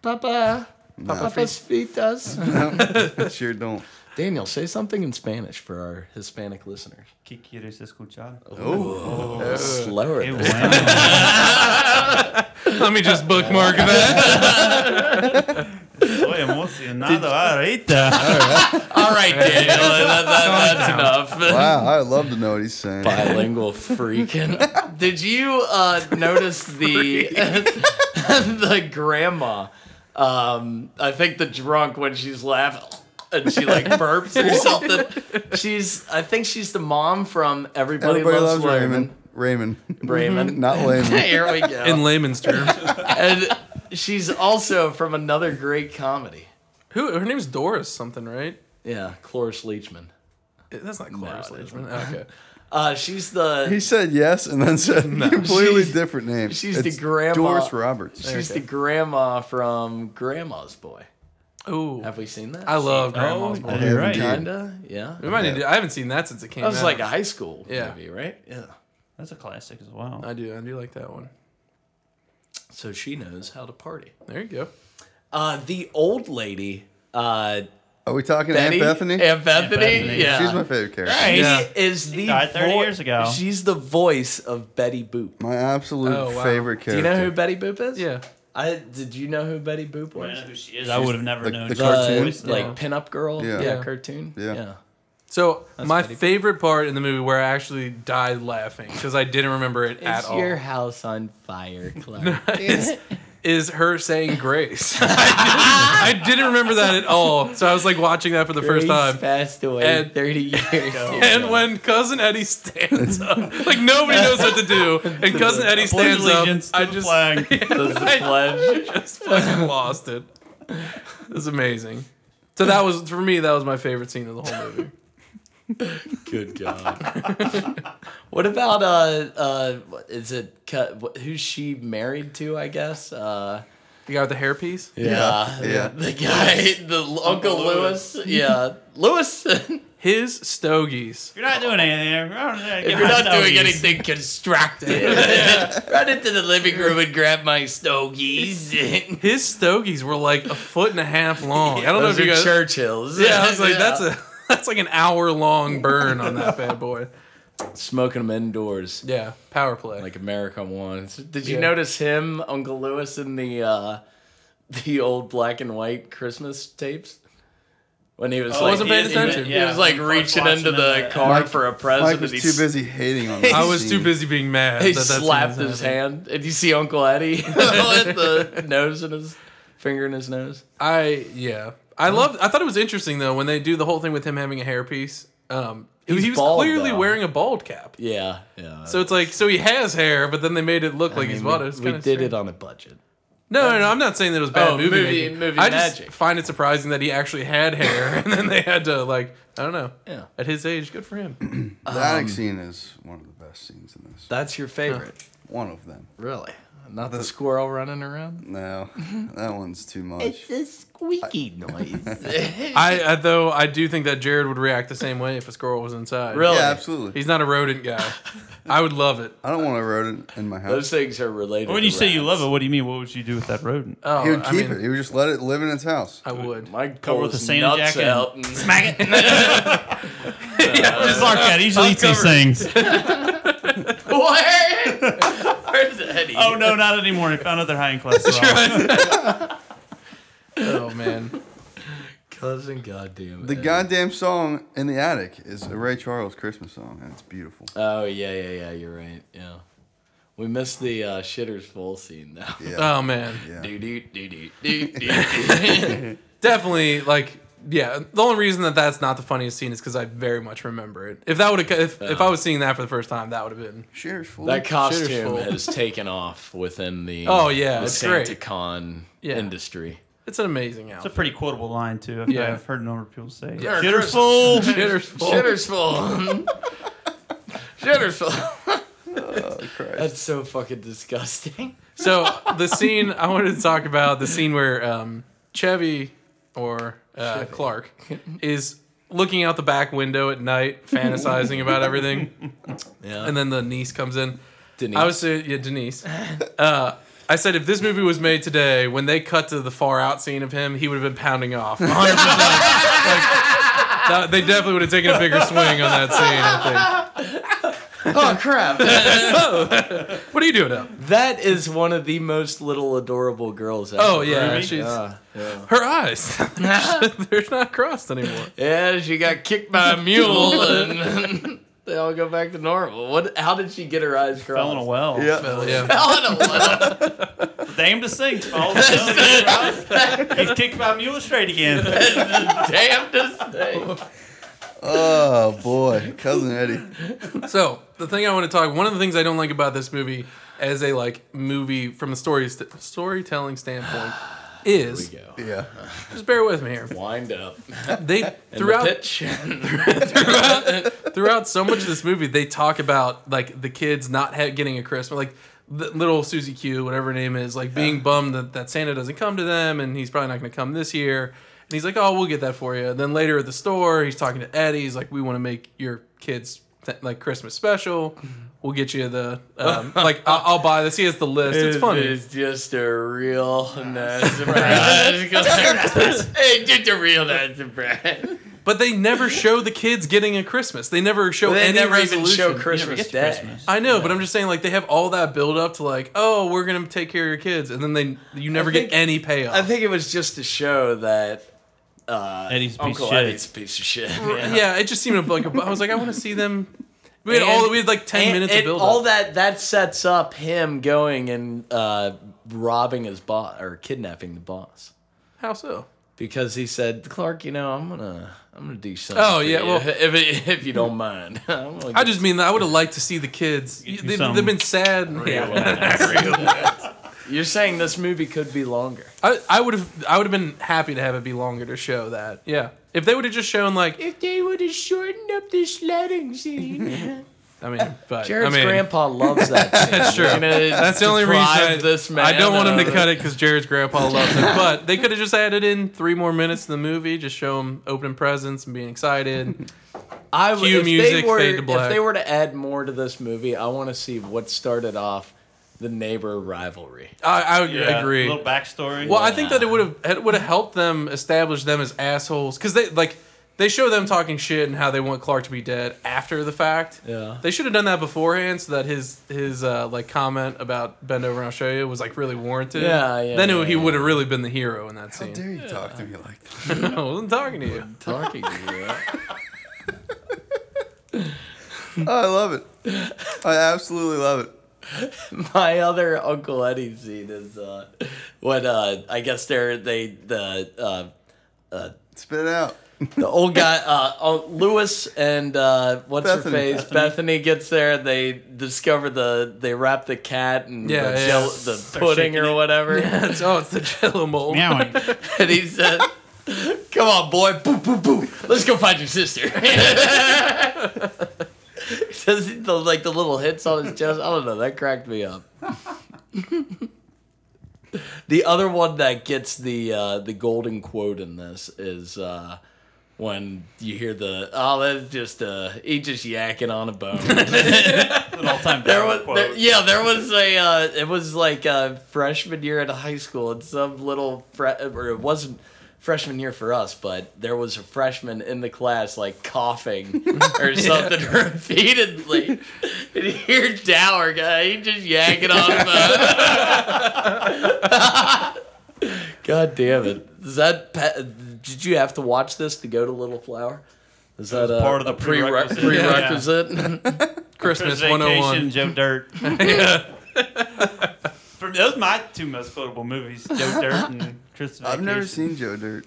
Speaker 2: Papa, Papa Fritas.
Speaker 4: I sure don't.
Speaker 2: Daniel, say something in Spanish for our Hispanic listeners.
Speaker 3: Que quieres escuchar?
Speaker 4: Oh.
Speaker 2: Slower.
Speaker 3: Hey,
Speaker 2: than-
Speaker 3: wow.
Speaker 1: (laughs) Let me just bookmark that.
Speaker 3: Soy emocionado ahorita.
Speaker 2: All right, Daniel, (laughs) that- that- that's enough.
Speaker 4: Wow, I'd love to know what he's saying.
Speaker 2: bilingual freaking. (laughs) Did you uh, notice the (laughs) the grandma? Um, I think the drunk when she's laughing and she like burps or something. She's I think she's the mom from Everybody,
Speaker 4: Everybody
Speaker 2: Loves,
Speaker 4: loves
Speaker 2: Raymond.
Speaker 4: Raymond. Raymond,
Speaker 2: Raymond.
Speaker 4: (laughs) not Raymond.
Speaker 2: Here we go.
Speaker 1: In layman's terms, (laughs)
Speaker 2: and she's also from another great comedy.
Speaker 1: who her name's Doris something, right? Eh,
Speaker 2: Yeah, Cloris Leachman.
Speaker 1: That's not Cloris
Speaker 2: it
Speaker 1: Leachman. Okay.
Speaker 2: Uh, she's the
Speaker 4: He said yes and then said completely
Speaker 2: She's-
Speaker 4: different name.
Speaker 2: she's the
Speaker 4: It's
Speaker 2: grandma.
Speaker 4: Doris Roberts.
Speaker 2: she's
Speaker 1: okay.
Speaker 2: the grandma from Grandma's Boy.
Speaker 1: Ooh,
Speaker 2: Have we seen that?
Speaker 1: I love Grandma's
Speaker 3: Oh,
Speaker 1: Boy.
Speaker 3: you're
Speaker 4: Yeah,
Speaker 3: right.
Speaker 4: indeed.
Speaker 2: Kinda, yeah.
Speaker 1: We might need to, I haven't seen that since it came
Speaker 2: That was
Speaker 1: out.
Speaker 2: like a high school
Speaker 1: Yeah.
Speaker 2: movie, right? Yeah.
Speaker 3: That's a classic as well.
Speaker 1: I do. I do like that one.
Speaker 2: so she knows how to party.
Speaker 1: There you go.
Speaker 2: Uh, the old lady, uh,
Speaker 4: Are we talking
Speaker 2: Betty,
Speaker 4: Aunt Bethany?
Speaker 2: Aunt Bethany, yeah.
Speaker 4: She's my favorite character.
Speaker 2: She
Speaker 1: Yeah.
Speaker 2: is the
Speaker 3: died 30 years ago.
Speaker 2: She's the voice of Betty Boop.
Speaker 4: My absolute
Speaker 1: Oh, wow.
Speaker 4: favorite
Speaker 2: Do you
Speaker 4: character.
Speaker 2: know who Betty Boop is?
Speaker 1: Yeah.
Speaker 2: I did. You know who Betty Boop
Speaker 3: I
Speaker 2: was?
Speaker 3: know who she is. I would have never
Speaker 4: the-
Speaker 3: known.
Speaker 4: the
Speaker 3: she
Speaker 2: The,
Speaker 3: was
Speaker 4: cartoon?
Speaker 3: voiced that.
Speaker 2: like pinup girl.
Speaker 4: Yeah.
Speaker 2: Yeah,
Speaker 1: Yeah.
Speaker 2: cartoon.
Speaker 4: Yeah.
Speaker 1: So my
Speaker 2: pretty-
Speaker 1: favorite part in the movie where I actually died laughing because I didn't remember it at
Speaker 2: Is
Speaker 1: all
Speaker 2: your house on (laughs) fire, Clark?
Speaker 1: (laughs) is, is her saying grace. (laughs) I, didn't, I didn't remember that at all. So I was like watching that for the first
Speaker 2: Grace
Speaker 1: time.
Speaker 2: passed away
Speaker 1: And-
Speaker 2: 30 years ago.
Speaker 1: And when cousin Eddie stands up, like nobody knows what to do, and cousin Eddie
Speaker 3: Pledge
Speaker 1: stands up,
Speaker 3: allegiance
Speaker 1: (laughs)
Speaker 3: to
Speaker 1: I
Speaker 3: the
Speaker 1: just
Speaker 4: (laughs)
Speaker 3: flag.
Speaker 2: Does (laughs) the pledge.
Speaker 1: just fucking lost it. It's amazing. So that was for me. That was my favorite scene of the whole movie.
Speaker 2: Good God. (laughs) what about, uh, uh, what- is it, cu- wh- who's she married to, I guess? Uh,
Speaker 1: You got the hairpiece.
Speaker 4: Yeah. Yeah.
Speaker 2: The
Speaker 1: (laughs)
Speaker 2: guy, the Uncle, Lewis. Yeah. Lewis, (laughs) if
Speaker 1: His stogies.
Speaker 3: You're not doing anything. If
Speaker 2: you're not doing
Speaker 1: (laughs)
Speaker 2: anything constructive, (laughs) run into the living room and grab
Speaker 1: (laughs)
Speaker 2: my stogies.
Speaker 1: His stogies were like a foot and a half long. I don't know
Speaker 2: Those
Speaker 1: if you
Speaker 2: are
Speaker 1: guys.
Speaker 2: Churchill's. (laughs)
Speaker 1: Yeah, I was like,
Speaker 2: Yeah.
Speaker 1: that's a (laughs) that's like an hour long
Speaker 2: (laughs)
Speaker 1: burn on that bad boy.
Speaker 2: smoking them indoors.
Speaker 1: Yeah, power play.
Speaker 2: like America wants. Did you
Speaker 1: Yeah.
Speaker 2: notice him, Uncle Lewis, in the uh, (laughs) the old black and white Christmas tapes? When he was
Speaker 3: I
Speaker 2: like,
Speaker 1: Oh, wasn't paying
Speaker 2: he-
Speaker 1: attention.
Speaker 2: He, was like reaching into the car
Speaker 4: Mike-
Speaker 2: for a present.
Speaker 4: Mike was
Speaker 2: and he,
Speaker 4: too
Speaker 2: s-
Speaker 4: busy hating on that
Speaker 1: I was
Speaker 4: scene.
Speaker 1: too busy being mad.
Speaker 2: (laughs) He
Speaker 1: that that
Speaker 2: slapped
Speaker 1: scene was
Speaker 2: his
Speaker 1: happening.
Speaker 2: hand. Did you see Uncle
Speaker 1: (laughs)
Speaker 2: Eddie (laughs) with the nose in his finger in his nose?
Speaker 1: I yeah. I love. I thought it was interesting though when they do the whole thing with him having a hairpiece. Um, he-
Speaker 2: He's
Speaker 1: he was
Speaker 2: bald,
Speaker 1: clearly
Speaker 2: though.
Speaker 1: wearing a bald cap.
Speaker 2: Yeah, yeah.
Speaker 1: So it's like, so he has hair, but then they made it look like he's bald. It's
Speaker 2: we, we
Speaker 1: kinda
Speaker 2: did
Speaker 1: strange.
Speaker 2: it on a budget.
Speaker 1: No, no, no, I'm not saying that it was bad
Speaker 2: Oh,
Speaker 1: movie,
Speaker 2: movie-
Speaker 1: making.
Speaker 2: movie
Speaker 1: I
Speaker 2: magic.
Speaker 1: just find it surprising that he actually had hair, (laughs) and then they had to like, I don't know.
Speaker 2: Yeah.
Speaker 1: At his age, good for him.
Speaker 4: That
Speaker 2: Um,
Speaker 4: scene is one of the best scenes in this.
Speaker 2: That's your favorite,
Speaker 4: One of them.
Speaker 2: really? Not the squirrel running around. (laughs)
Speaker 4: No, that one's too much.
Speaker 2: a (laughs) squeaky noise.
Speaker 1: I, I though I do think that Jared would react the same way if a squirrel was inside.
Speaker 2: Really?
Speaker 4: Yeah, absolutely.
Speaker 1: He's not a rodent guy. I would love it.
Speaker 4: I don't want a rodent in my house.
Speaker 2: Those things are related.
Speaker 3: When
Speaker 2: to
Speaker 3: you say you
Speaker 2: rats.
Speaker 3: love it, what do you mean? What would you do with that rodent? (laughs)
Speaker 1: Oh,
Speaker 4: (laughs) he would
Speaker 1: I
Speaker 4: keep
Speaker 1: mean,
Speaker 4: it. He would just let it live in its house.
Speaker 1: I would.
Speaker 2: Mike
Speaker 3: Cover
Speaker 2: cover
Speaker 3: with
Speaker 2: the
Speaker 3: a Santa
Speaker 2: nuts
Speaker 3: Jack and-
Speaker 2: out and
Speaker 3: Smack it. Just like that. He usually eats these things.
Speaker 2: (laughs) what? Where's Eddie?
Speaker 4: (laughs)
Speaker 3: Oh no, not anymore. I found out they're high in cholesterol.
Speaker 1: Oh man.
Speaker 2: cousin, goddamn.
Speaker 4: The
Speaker 2: Eddie.
Speaker 4: goddamn song in the attic is a Ray Charles Christmas song, and it's beautiful.
Speaker 2: Oh yeah, yeah, yeah. You're right. Yeah, we missed the uh, shitters full scene though. (laughs)
Speaker 4: Yeah.
Speaker 1: Oh man.
Speaker 4: yeah.
Speaker 2: Do do do do do do.
Speaker 1: Definitely like yeah. The only reason that that's not the funniest scene is because I very much remember it. If that would have if, if I was seeing that for the first time, that would have been
Speaker 4: Cheers, fool.
Speaker 2: That
Speaker 1: Shitters
Speaker 2: costume
Speaker 1: full.
Speaker 2: has taken off within the
Speaker 1: Oh, yeah,
Speaker 2: the
Speaker 1: it's
Speaker 2: Santa
Speaker 1: great.
Speaker 2: Con
Speaker 1: Yeah.
Speaker 2: industry.
Speaker 1: it's an amazing
Speaker 3: It's a
Speaker 1: outfit.
Speaker 3: pretty quotable line too. I've,
Speaker 1: Yeah.
Speaker 3: I've heard a number of people say.
Speaker 2: Yeah.
Speaker 3: Shitters full.
Speaker 1: (laughs) Shitters full.
Speaker 2: Shitters full. Shitters full.
Speaker 4: Oh,
Speaker 2: That's so fucking disgusting.
Speaker 1: So the scene I wanted to talk about the scene where um, Chevy or uh, Clark is looking out the back window at night, fantasizing about everything,
Speaker 2: Yeah.
Speaker 1: and then the niece comes in.
Speaker 2: Denise.
Speaker 1: I was saying, yeah, Denise. (laughs) Uh, I said if this movie was made today, when they cut to the far out scene of him, he would have been pounding off. 100%. Like, that- they definitely would have taken a bigger swing on that scene. I
Speaker 2: oh crap.
Speaker 1: think. What are you doing up?
Speaker 2: That is one of the most little adorable girls. Ever.
Speaker 1: Oh yeah,
Speaker 3: Ruby?
Speaker 1: she's
Speaker 2: Yeah, yeah.
Speaker 1: her eyes. (laughs) They're not crossed anymore.
Speaker 2: Yeah, she got kicked by
Speaker 3: (laughs)
Speaker 2: a mule, and (laughs) they all go back to normal. What? How did she get her eyes
Speaker 3: Fell in a
Speaker 2: crossed?
Speaker 3: well.
Speaker 4: yeah.
Speaker 1: Hell yeah.
Speaker 2: (laughs) Fell in a well.
Speaker 3: Damn to sink. Falls in a well. He's kicked by a mule straight again.
Speaker 2: Damnedest thing.
Speaker 4: Oh boy,
Speaker 1: (laughs)
Speaker 4: cousin Eddie.
Speaker 1: So the thing I want to talk, one of the things I don't like about this movie, as a like movie from a story st- storytelling standpoint, is
Speaker 2: go.
Speaker 4: Yeah.
Speaker 1: just bear with me here.
Speaker 2: Wind up.
Speaker 1: They
Speaker 2: Throughout.
Speaker 1: throughout
Speaker 2: (laughs)
Speaker 1: throughout, (laughs) throughout so much of this movie, they talk about like the kids not ha- getting a Christmas, like the, little Susie Q, whatever her name is, like being bummed that, that Santa doesn't come to them, and he's probably not going to come this year. And he's like, "Oh, we'll get that for you." And then later at the store, he's talking to Eddie. He's like, "We want to make your kids th- like Christmas special.
Speaker 2: Mm-hmm.
Speaker 1: We'll get you the
Speaker 2: (laughs)
Speaker 1: um, like I- I'll buy this. He has the list. It's funny.
Speaker 2: It's just a real nice surprise. (laughs) Hey, just a real nice surprise.
Speaker 1: But they never show the kids getting a Christmas. They never show
Speaker 2: They
Speaker 1: any
Speaker 2: never even
Speaker 1: resolution.
Speaker 2: show
Speaker 3: You never
Speaker 2: Christmas
Speaker 3: get to
Speaker 2: Day.
Speaker 3: Christmas.
Speaker 1: I know, but I'm just saying like they have all that build up to like, oh, we're gonna take care of your kids, and then they you never
Speaker 2: think-
Speaker 1: get any payoff.
Speaker 2: I think it was just to show that uh,
Speaker 3: Eddie's a piece of
Speaker 2: Uncle
Speaker 3: shit.
Speaker 2: Eddie's a piece of shit.
Speaker 1: yeah. it just seemed like a, I was like, I want to see them. We had all
Speaker 2: And-
Speaker 1: we had like ten
Speaker 2: and-
Speaker 1: minutes
Speaker 2: and
Speaker 1: of build
Speaker 2: all
Speaker 1: up.
Speaker 2: that that sets up him going and uh, robbing his boss or kidnapping the boss
Speaker 1: How so?
Speaker 2: because he said, "Clark, you know, I'm gonna I'm gonna do something."
Speaker 1: Oh,
Speaker 2: for
Speaker 1: yeah,
Speaker 2: you,
Speaker 1: well-
Speaker 2: if it- if you don't mind, (laughs) I'm gonna
Speaker 1: I
Speaker 2: get
Speaker 1: just mean that I would have liked to see the kids.
Speaker 3: Get you
Speaker 1: They've,
Speaker 3: some
Speaker 1: they've been sad. (laughs)
Speaker 2: You're saying this movie could
Speaker 1: (laughs)
Speaker 2: be longer.
Speaker 1: I, I would have I would have been happy to have it be longer to show that. Yeah, if they would have just shown like
Speaker 2: If they would have shortened up the sledding (laughs) scene.
Speaker 1: I mean, but
Speaker 2: Jared's
Speaker 1: I mean,
Speaker 2: grandpa loves
Speaker 1: (laughs)
Speaker 2: that scene. That's
Speaker 1: true. That's the only reason I,
Speaker 2: this man
Speaker 1: I don't want him to
Speaker 2: of-
Speaker 1: cut it because Jared's grandpa
Speaker 2: (laughs)
Speaker 1: loves it. But they could have just added in three more minutes in the movie, just show him opening presents and being excited.
Speaker 2: I would,
Speaker 1: Cue
Speaker 2: if
Speaker 1: music,
Speaker 2: they were,
Speaker 1: fade to black.
Speaker 2: If they were to add more to this movie, I want to see what started off the neighbor rivalry.
Speaker 1: I, I would
Speaker 3: Yeah,
Speaker 1: agree.
Speaker 3: A little backstory.
Speaker 1: Well, I think that it would have it would have helped them establish them as assholes because they like they show them talking shit and how they want Clark to be dead after the fact.
Speaker 2: Yeah.
Speaker 1: they should have done that beforehand so that his his uh, like comment about bend over and I'll show you was like really warranted.
Speaker 2: Yeah, yeah,
Speaker 1: Then it-
Speaker 2: yeah,
Speaker 1: he
Speaker 2: yeah.
Speaker 1: would have really been the hero in that
Speaker 4: How
Speaker 1: scene.
Speaker 4: dare you talk to me like that?
Speaker 1: (laughs) I wasn't talking to you.
Speaker 2: Talking to you.
Speaker 4: Oh, I love it. I absolutely love it.
Speaker 2: My other Uncle Eddie scene is uh, when uh, I guess they're they the uh,
Speaker 4: Spit it out.
Speaker 2: the old
Speaker 1: (laughs)
Speaker 2: guy uh, oh, Lewis and uh, what's her
Speaker 4: Bethany.
Speaker 2: face Bethany. gets there and they discover the they wrap the cat and
Speaker 1: Yeah,
Speaker 2: the,
Speaker 1: yeah.
Speaker 2: jell- the pudding
Speaker 3: shaking
Speaker 2: or
Speaker 3: it.
Speaker 2: whatever.
Speaker 1: It's, oh, it's the Jello mold.
Speaker 3: meowing.
Speaker 2: And he said, "Come on, boy, boo, boo, boo. Let's go find your sister." (laughs) Does he- the, like the little hits on his chest? I don't know. That cracked me up. (laughs) the other one that gets the uh, the golden quote in this is uh, when you hear the oh that's just uh, he just yakking on a bone.
Speaker 3: An all-time
Speaker 2: There
Speaker 3: favorite
Speaker 2: was
Speaker 3: quote.
Speaker 2: there, yeah, there was a uh, it was like a freshman year at high school, and some little fre- or it wasn't freshman year for us, but there was a freshman in the class like
Speaker 3: (laughs)
Speaker 2: coughing or something (laughs) repeatedly. And you hear Dower guy, he just yanking on about. (laughs) God damn it! Is that pe- did you have to watch this to go to Little Flower? Is
Speaker 3: was
Speaker 2: that, a,
Speaker 3: part of
Speaker 2: a
Speaker 3: the
Speaker 2: prerec-
Speaker 3: prerequisite. Yeah.
Speaker 2: prerequisite?
Speaker 1: (laughs)
Speaker 2: (laughs)
Speaker 1: Christmas 101.
Speaker 3: Vacation, Joe Dirt. (laughs) For me, those are my two most quotable movies, Joe Dirt and Christmas
Speaker 4: I've never
Speaker 3: Vacation.
Speaker 4: seen Joe Dirt.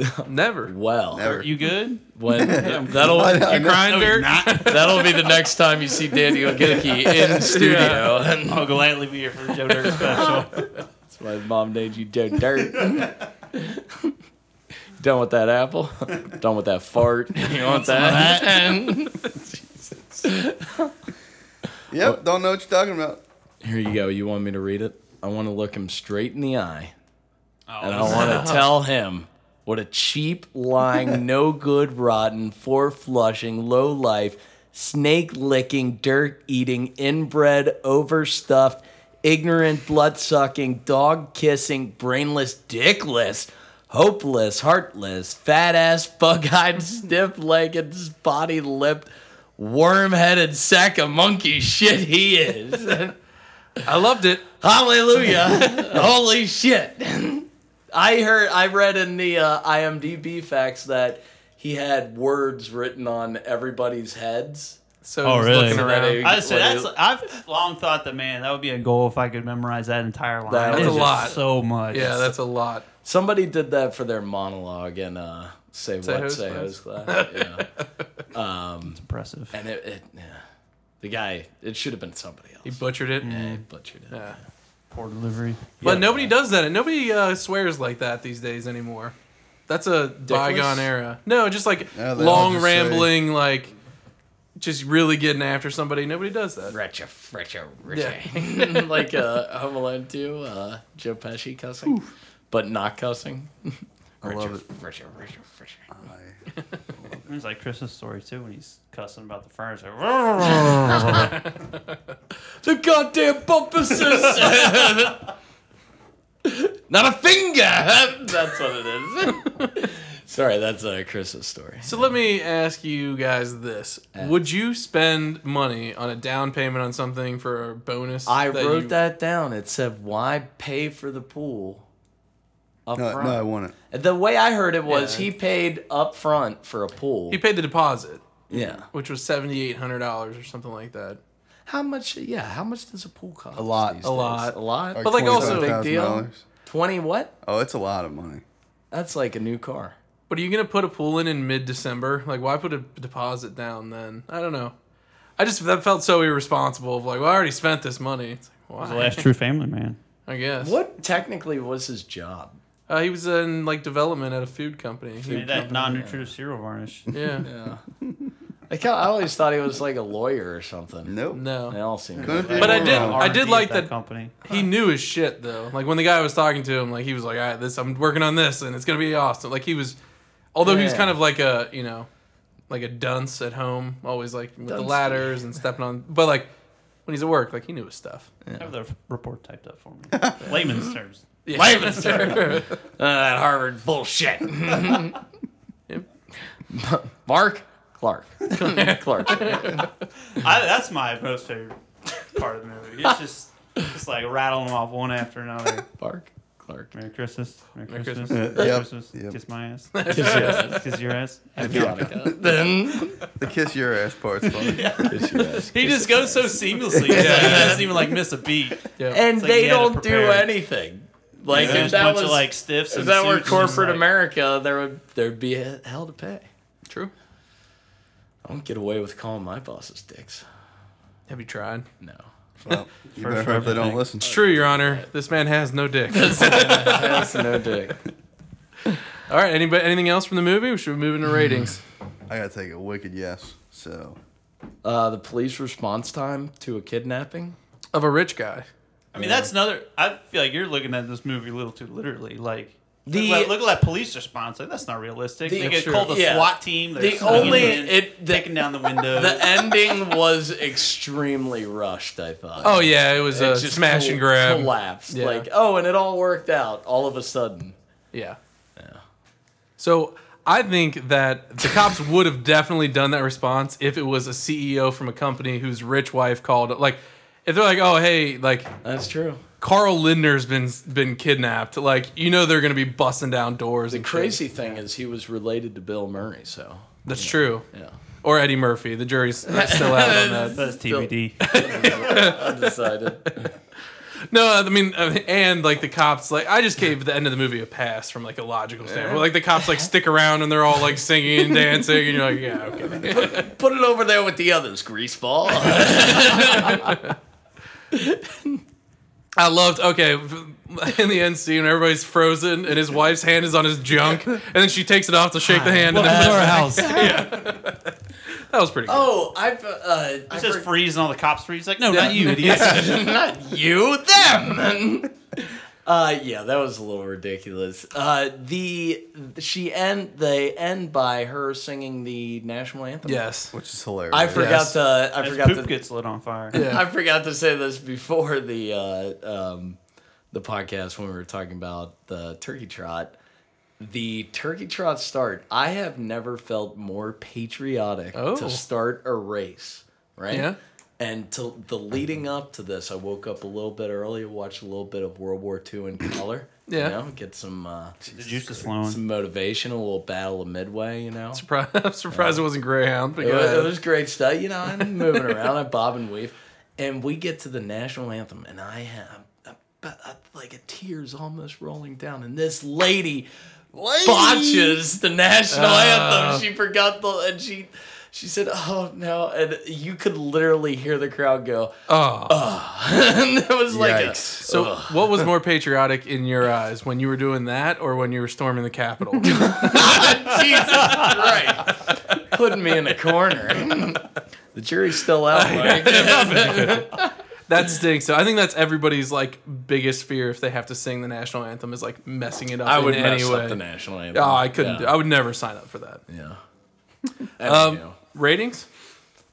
Speaker 1: oh Never.
Speaker 2: Well,
Speaker 4: Never.
Speaker 3: You good?
Speaker 2: (laughs) when
Speaker 3: I'm
Speaker 2: that'll
Speaker 4: (laughs) I know- I know.
Speaker 1: Grind
Speaker 3: No, you're
Speaker 1: dirt.
Speaker 3: not.
Speaker 2: (laughs) that'll be the next time you see Daniel (laughs) Gilkey in studio. (laughs)
Speaker 3: I'll gladly be here for the Joe Dirt special.
Speaker 2: That's why his mom named you Joe Dirt. (laughs) Done with that apple. Done with that fart. You want (laughs) that? (laughs)
Speaker 4: Yep, don't know what you're talking about.
Speaker 2: Here you go. You want me to read it? I want to look him straight in the eye, and I
Speaker 3: this is-
Speaker 2: want to tell him what a cheap, lying, no good, rotten, four flushing, low life, snake licking, dirt eating, inbred, overstuffed, ignorant, blood sucking, dog kissing, brainless, dickless, hopeless, heartless, fat ass, bug eyed, stiff legged, spotty lipped. Worm headed sack of monkey shit he is.
Speaker 1: I loved it.
Speaker 2: Hallelujah. Holy shit. I heard I read in the uh, IMDb facts that he had words written on everybody's heads.
Speaker 1: So
Speaker 3: Oh,
Speaker 1: I was
Speaker 3: really?
Speaker 1: looking
Speaker 2: So that
Speaker 1: around.
Speaker 2: he-
Speaker 3: I said
Speaker 2: what he-
Speaker 3: that's. I've long thought that man, that would be a goal if I could memorize that entire line.
Speaker 2: That
Speaker 3: It
Speaker 2: was
Speaker 3: is
Speaker 2: a
Speaker 3: just
Speaker 1: lot.
Speaker 3: So much.
Speaker 1: yeah, that's a lot.
Speaker 2: somebody did that for their monologue in uh say what
Speaker 1: Ho's
Speaker 2: say
Speaker 1: Class.
Speaker 2: ho's class. Yeah.
Speaker 3: It's impressive.
Speaker 2: And it, it yeah. the guy it should have been somebody else.
Speaker 1: He butchered it.
Speaker 2: He butchered it.
Speaker 1: Yeah.
Speaker 3: Poor delivery.
Speaker 1: But
Speaker 2: Yeah.
Speaker 1: nobody does that, and nobody uh, swears like that these days anymore. That's a bygone era. No, just like
Speaker 4: No, they all
Speaker 1: long
Speaker 4: just
Speaker 1: rambling, like just really getting after somebody. Nobody does that.
Speaker 2: Retcha, fretcha, retcha. (laughs) like uh, Home Alone 2, uh, Joe Pesci cussing, but not cussing.
Speaker 4: I love
Speaker 2: Retcha, fretcha, retcha, fretcha.
Speaker 4: I love it.
Speaker 3: It's like Christmas Story too when he's cussing about the furniture. (laughs)
Speaker 2: The goddamn bumper system. Not a finger. That's what it is. Sorry, that's a Christmas story.
Speaker 1: So let me ask you guys this: Would you spend money on a down payment on something for a bonus?
Speaker 2: I wrote
Speaker 1: you-
Speaker 2: that down. It said, "Why pay for the pool?" Up
Speaker 4: No,
Speaker 2: front.
Speaker 4: no, I want it.
Speaker 2: The way I heard it was
Speaker 1: Yeah.
Speaker 2: he paid up front for a pool.
Speaker 1: He paid the deposit,
Speaker 2: yeah.
Speaker 1: which was seventy eight hundred dollars or something like that.
Speaker 2: How much? Yeah. How much does a pool cost? A
Speaker 4: lot.
Speaker 2: These
Speaker 4: A
Speaker 2: days?
Speaker 1: lot.
Speaker 2: A lot.
Speaker 1: But, like, also-
Speaker 2: big deal.
Speaker 4: $25,000.
Speaker 2: Twenty what?
Speaker 4: Oh, it's a lot of money.
Speaker 2: That's like a new car.
Speaker 1: But are you gonna put a pool in in mid December? Like, why put a deposit down then? I don't know. I just that felt so irresponsible. Of like, well, I already spent this money. It's like,
Speaker 3: the
Speaker 1: why?
Speaker 3: last true family man.
Speaker 1: I guess.
Speaker 2: What technically was his job?
Speaker 1: Uh, he was in like development at a food company. He-
Speaker 3: Made that non-nutritive cereal varnish.
Speaker 1: yeah.
Speaker 2: Yeah. I, ca- I always thought he was like a lawyer or something.
Speaker 4: Nope.
Speaker 2: They
Speaker 1: No.
Speaker 2: all seem.
Speaker 4: Couldn't
Speaker 1: But I
Speaker 4: be
Speaker 1: did-
Speaker 4: wrong.
Speaker 1: I did
Speaker 3: R&D
Speaker 1: like
Speaker 3: at that
Speaker 1: that-
Speaker 3: company.
Speaker 1: He knew his shit though. Like when the guy was talking to him, like he was like, "All right, this I'm working on this, and it's gonna be awesome." Like he was, although he was
Speaker 2: Yeah.
Speaker 1: kind of like a you know, like a dunce at home, always like with the
Speaker 2: Dunce.
Speaker 1: ladders and stepping on. But like when he's at work, like he knew his stuff.
Speaker 3: Have the report typed up for
Speaker 1: (laughs)
Speaker 3: me. Layman's terms.
Speaker 1: Yeah. (laughs)
Speaker 2: Layman's term. Uh, that Harvard (laughs) bullshit. Mark Clark. (laughs) Clark.
Speaker 3: I, that's my most favorite part of the movie. It's just it's like rattling them off one after another.
Speaker 2: Mark Clark.
Speaker 3: Merry Christmas. Merry,
Speaker 1: Merry
Speaker 3: Christmas.
Speaker 1: Christmas.
Speaker 3: Merry
Speaker 4: Yep,
Speaker 3: Christmas.
Speaker 4: yep.
Speaker 3: Kiss my
Speaker 1: (laughs)
Speaker 3: ass. (laughs)
Speaker 2: Kiss your ass.
Speaker 3: Kiss your ass.
Speaker 2: (laughs) Then
Speaker 4: The kiss your ass
Speaker 2: (laughs)
Speaker 4: part's funny.
Speaker 2: kiss your ass.
Speaker 3: He just goes so seamlessly. yeah. He doesn't even like miss a beat.
Speaker 1: Yeah.
Speaker 2: And
Speaker 3: like
Speaker 2: they
Speaker 3: he had to
Speaker 2: don't do
Speaker 3: prepare.
Speaker 2: anything. Like
Speaker 3: There's
Speaker 2: if
Speaker 3: a
Speaker 2: that
Speaker 3: bunch
Speaker 2: was
Speaker 3: of like stiffs.
Speaker 2: if
Speaker 3: and
Speaker 2: that were
Speaker 3: suits, and just,
Speaker 2: corporate
Speaker 3: like-
Speaker 2: America, there would there'd be a hell to pay.
Speaker 1: True.
Speaker 2: I don't get away with calling my bosses dicks.
Speaker 1: Have you tried?
Speaker 2: No. (laughs)
Speaker 4: Well,
Speaker 3: First
Speaker 4: you better
Speaker 3: for
Speaker 4: hope they don't
Speaker 3: everything.
Speaker 4: listen.
Speaker 1: It's true, Your Honor. This man has no (laughs) dick.
Speaker 2: That's no dick.
Speaker 1: All right. Anybody? Anything else from the movie? We should we move into ratings.
Speaker 4: I gotta take a wicked yes. So
Speaker 2: Uh, the police response time to a kidnapping.
Speaker 1: of a rich guy.
Speaker 3: I mean, that's another. I feel like you're looking at this movie a little too literally. Like.
Speaker 2: The-
Speaker 3: look, at, that- look at that police response. Like, that's not realistic.
Speaker 2: The-
Speaker 3: they get
Speaker 1: Sure.
Speaker 3: called the
Speaker 2: yeah.
Speaker 3: SWAT team. They're
Speaker 2: The
Speaker 3: sneaking
Speaker 2: only
Speaker 3: in,
Speaker 2: it the,
Speaker 3: taking down the windows.
Speaker 2: the ending was extremely rushed. I thought.
Speaker 1: Oh yeah, it was
Speaker 2: It
Speaker 1: a
Speaker 2: just
Speaker 1: smash
Speaker 2: col-
Speaker 1: and grab.
Speaker 2: Collapsed.
Speaker 1: Yeah.
Speaker 2: Like oh, and it all worked out all of a sudden.
Speaker 1: Yeah. So I think that the cops would have definitely done that response if it was a CEO from a company whose rich wife called. Like, if they're like, "Oh, hey, like
Speaker 2: That's true.
Speaker 1: Carl Lindner's been been kidnapped," like you know they're gonna be busting down doors.
Speaker 2: The
Speaker 1: and shit.
Speaker 2: crazy thing is he was related to Bill Murray, so
Speaker 1: That's true.
Speaker 2: yeah.
Speaker 1: Or Eddie Murphy. The jury's
Speaker 2: (laughs)
Speaker 1: still out on that.
Speaker 3: that's TBD.
Speaker 2: Undecided.
Speaker 1: No, I mean, I mean, and like the cops, like I just gave the end of the movie a pass from like a logical standpoint. Like the cops like stick around and they're all like singing and dancing, and you're like, yeah, okay.
Speaker 2: (laughs) Put it over there with the others, greaseball.
Speaker 1: I loved okay (laughs) in the end scene when everybody's frozen and his wife's hand is on his junk and then she takes it off to shake the hand and then (laughs)
Speaker 3: our house.
Speaker 1: that was pretty good.
Speaker 2: (laughs) oh, I've uh, I
Speaker 3: He says
Speaker 2: forg-
Speaker 3: freeze and all the cops freeze. Like, no,
Speaker 1: Yeah.
Speaker 3: not you, idiots.
Speaker 2: (laughs) not you, them. (laughs) uh, yeah, that was a little ridiculous. Uh, the she end they end by her singing the national anthem.
Speaker 1: Yes.
Speaker 4: which is hilarious.
Speaker 2: I forgot
Speaker 1: Yes.
Speaker 2: to. I
Speaker 3: His
Speaker 2: forgot
Speaker 3: poop
Speaker 2: to.
Speaker 3: gets lit on fire.
Speaker 1: Yeah.
Speaker 2: I forgot to say this before the uh, um, the podcast when we were talking about the turkey trot. The turkey trot start. I have never felt more patriotic
Speaker 1: Oh.
Speaker 2: to start a race, right?
Speaker 1: Yeah.
Speaker 2: And to the leading up to this, I woke up a little bit early, watched a little bit of World War II in color.
Speaker 1: Yeah.
Speaker 2: You know, get some uh,
Speaker 3: The juice is flowing.
Speaker 2: some motivation, a little battle of Midway. You know,
Speaker 1: Surpri- (laughs) I'm surprised it wasn't Greyhound, but
Speaker 2: it
Speaker 1: go
Speaker 2: was, it
Speaker 1: ahead.
Speaker 2: was great stuff. You know, I'm moving around, I bob and weave, and we get to the national anthem, and I have about, uh, like a tears almost rolling down, and this lady botches the national
Speaker 1: Oh.
Speaker 2: anthem. She forgot the and she she said, "Oh no!" And you could literally hear the crowd go, (laughs)
Speaker 1: Oh.
Speaker 2: Uh, and it was like, a-
Speaker 4: Yikes.
Speaker 1: so
Speaker 2: uh.
Speaker 1: what was more patriotic in your eyes when you were doing that or when you were storming the
Speaker 2: (laughs)
Speaker 1: Capitol?
Speaker 2: (laughs) Jesus Christ. Putting me in a corner. (laughs) the jury's still
Speaker 1: (laughs)
Speaker 2: out. Mike.
Speaker 1: that stinks. So I think that's everybody's like biggest fear if they have to sing the national anthem is like messing it up
Speaker 2: I
Speaker 1: in
Speaker 2: would
Speaker 1: any
Speaker 2: mess
Speaker 1: way.
Speaker 2: up the national anthem.
Speaker 1: Oh, I couldn't.
Speaker 2: Yeah.
Speaker 1: Do, I would never sign up for that.
Speaker 2: yeah. I don't
Speaker 1: Um,
Speaker 2: know.
Speaker 1: ratings?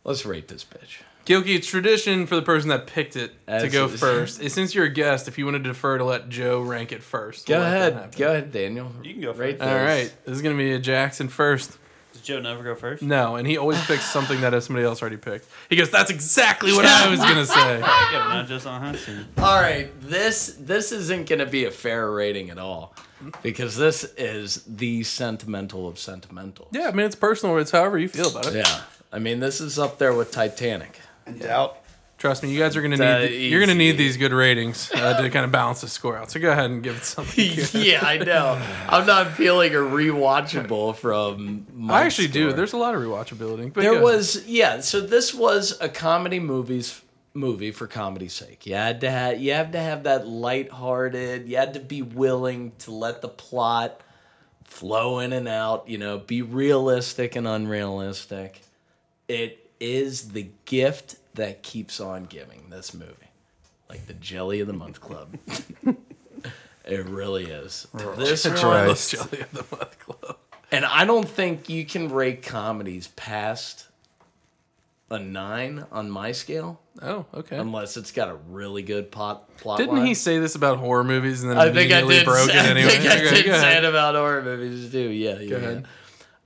Speaker 2: Let's rate this bitch.
Speaker 1: Gilkey, it's tradition for the person that picked it to
Speaker 2: As
Speaker 1: go
Speaker 2: is.
Speaker 1: first. And since you're a guest, if you want to defer to let Joe rank it first,
Speaker 2: Go
Speaker 1: we'll let that
Speaker 2: ahead.
Speaker 1: happen.
Speaker 2: Go ahead, Daniel.
Speaker 3: You can go
Speaker 2: Rate
Speaker 3: first.
Speaker 1: All
Speaker 2: this.
Speaker 1: right, this is gonna be a Jackson first.
Speaker 3: Does Joe never go first?
Speaker 1: No, and he always picks something that somebody else already picked. He goes, "That's exactly what I was gonna
Speaker 2: (laughs)
Speaker 1: say."
Speaker 3: Yeah, but not just on Hudson.
Speaker 2: All right, this this isn't going to be a fair rating at all because this is the sentimental of sentimental.
Speaker 1: Yeah, I mean it's personal. It's however you feel about it.
Speaker 2: Yeah. I mean, this is up there with Titanic.
Speaker 4: In doubt.
Speaker 1: Trust me, you guys are gonna
Speaker 2: That
Speaker 1: need you're gonna need
Speaker 2: uh, easy.
Speaker 1: these good ratings uh, to kind of balance the score out. So go ahead and give it
Speaker 2: (laughs)
Speaker 1: something. good.
Speaker 2: (laughs) yeah, I know. I'm not feeling a rewatchable from.
Speaker 1: I
Speaker 2: Mike's
Speaker 1: actually do.
Speaker 2: score.
Speaker 1: There's a lot of rewatchability. But
Speaker 2: There
Speaker 1: yeah.
Speaker 2: was yeah. So this was a comedy movies movie for comedy's sake. You had to have you have to have that lighthearted. You had to be willing to let the plot flow in and out. You know, be realistic and unrealistic. It is the gift that keeps on giving. This movie, like the jelly of the month club. It really is. This one,
Speaker 1: Let's jelly of the month club.
Speaker 2: and I don't think you can rate comedies past a nine on my scale
Speaker 1: Oh, okay.
Speaker 2: unless it's got a really good pot plot.
Speaker 1: Didn't
Speaker 2: line.
Speaker 1: he say this about horror movies and then
Speaker 2: I think I
Speaker 1: immediately
Speaker 2: did.
Speaker 1: broke
Speaker 2: say-
Speaker 1: it anyway?
Speaker 2: I think I
Speaker 1: Okay,
Speaker 2: did
Speaker 1: go
Speaker 2: say
Speaker 1: ahead.
Speaker 2: it about horror movies too. Yeah, yeah. yeah.
Speaker 1: ahead.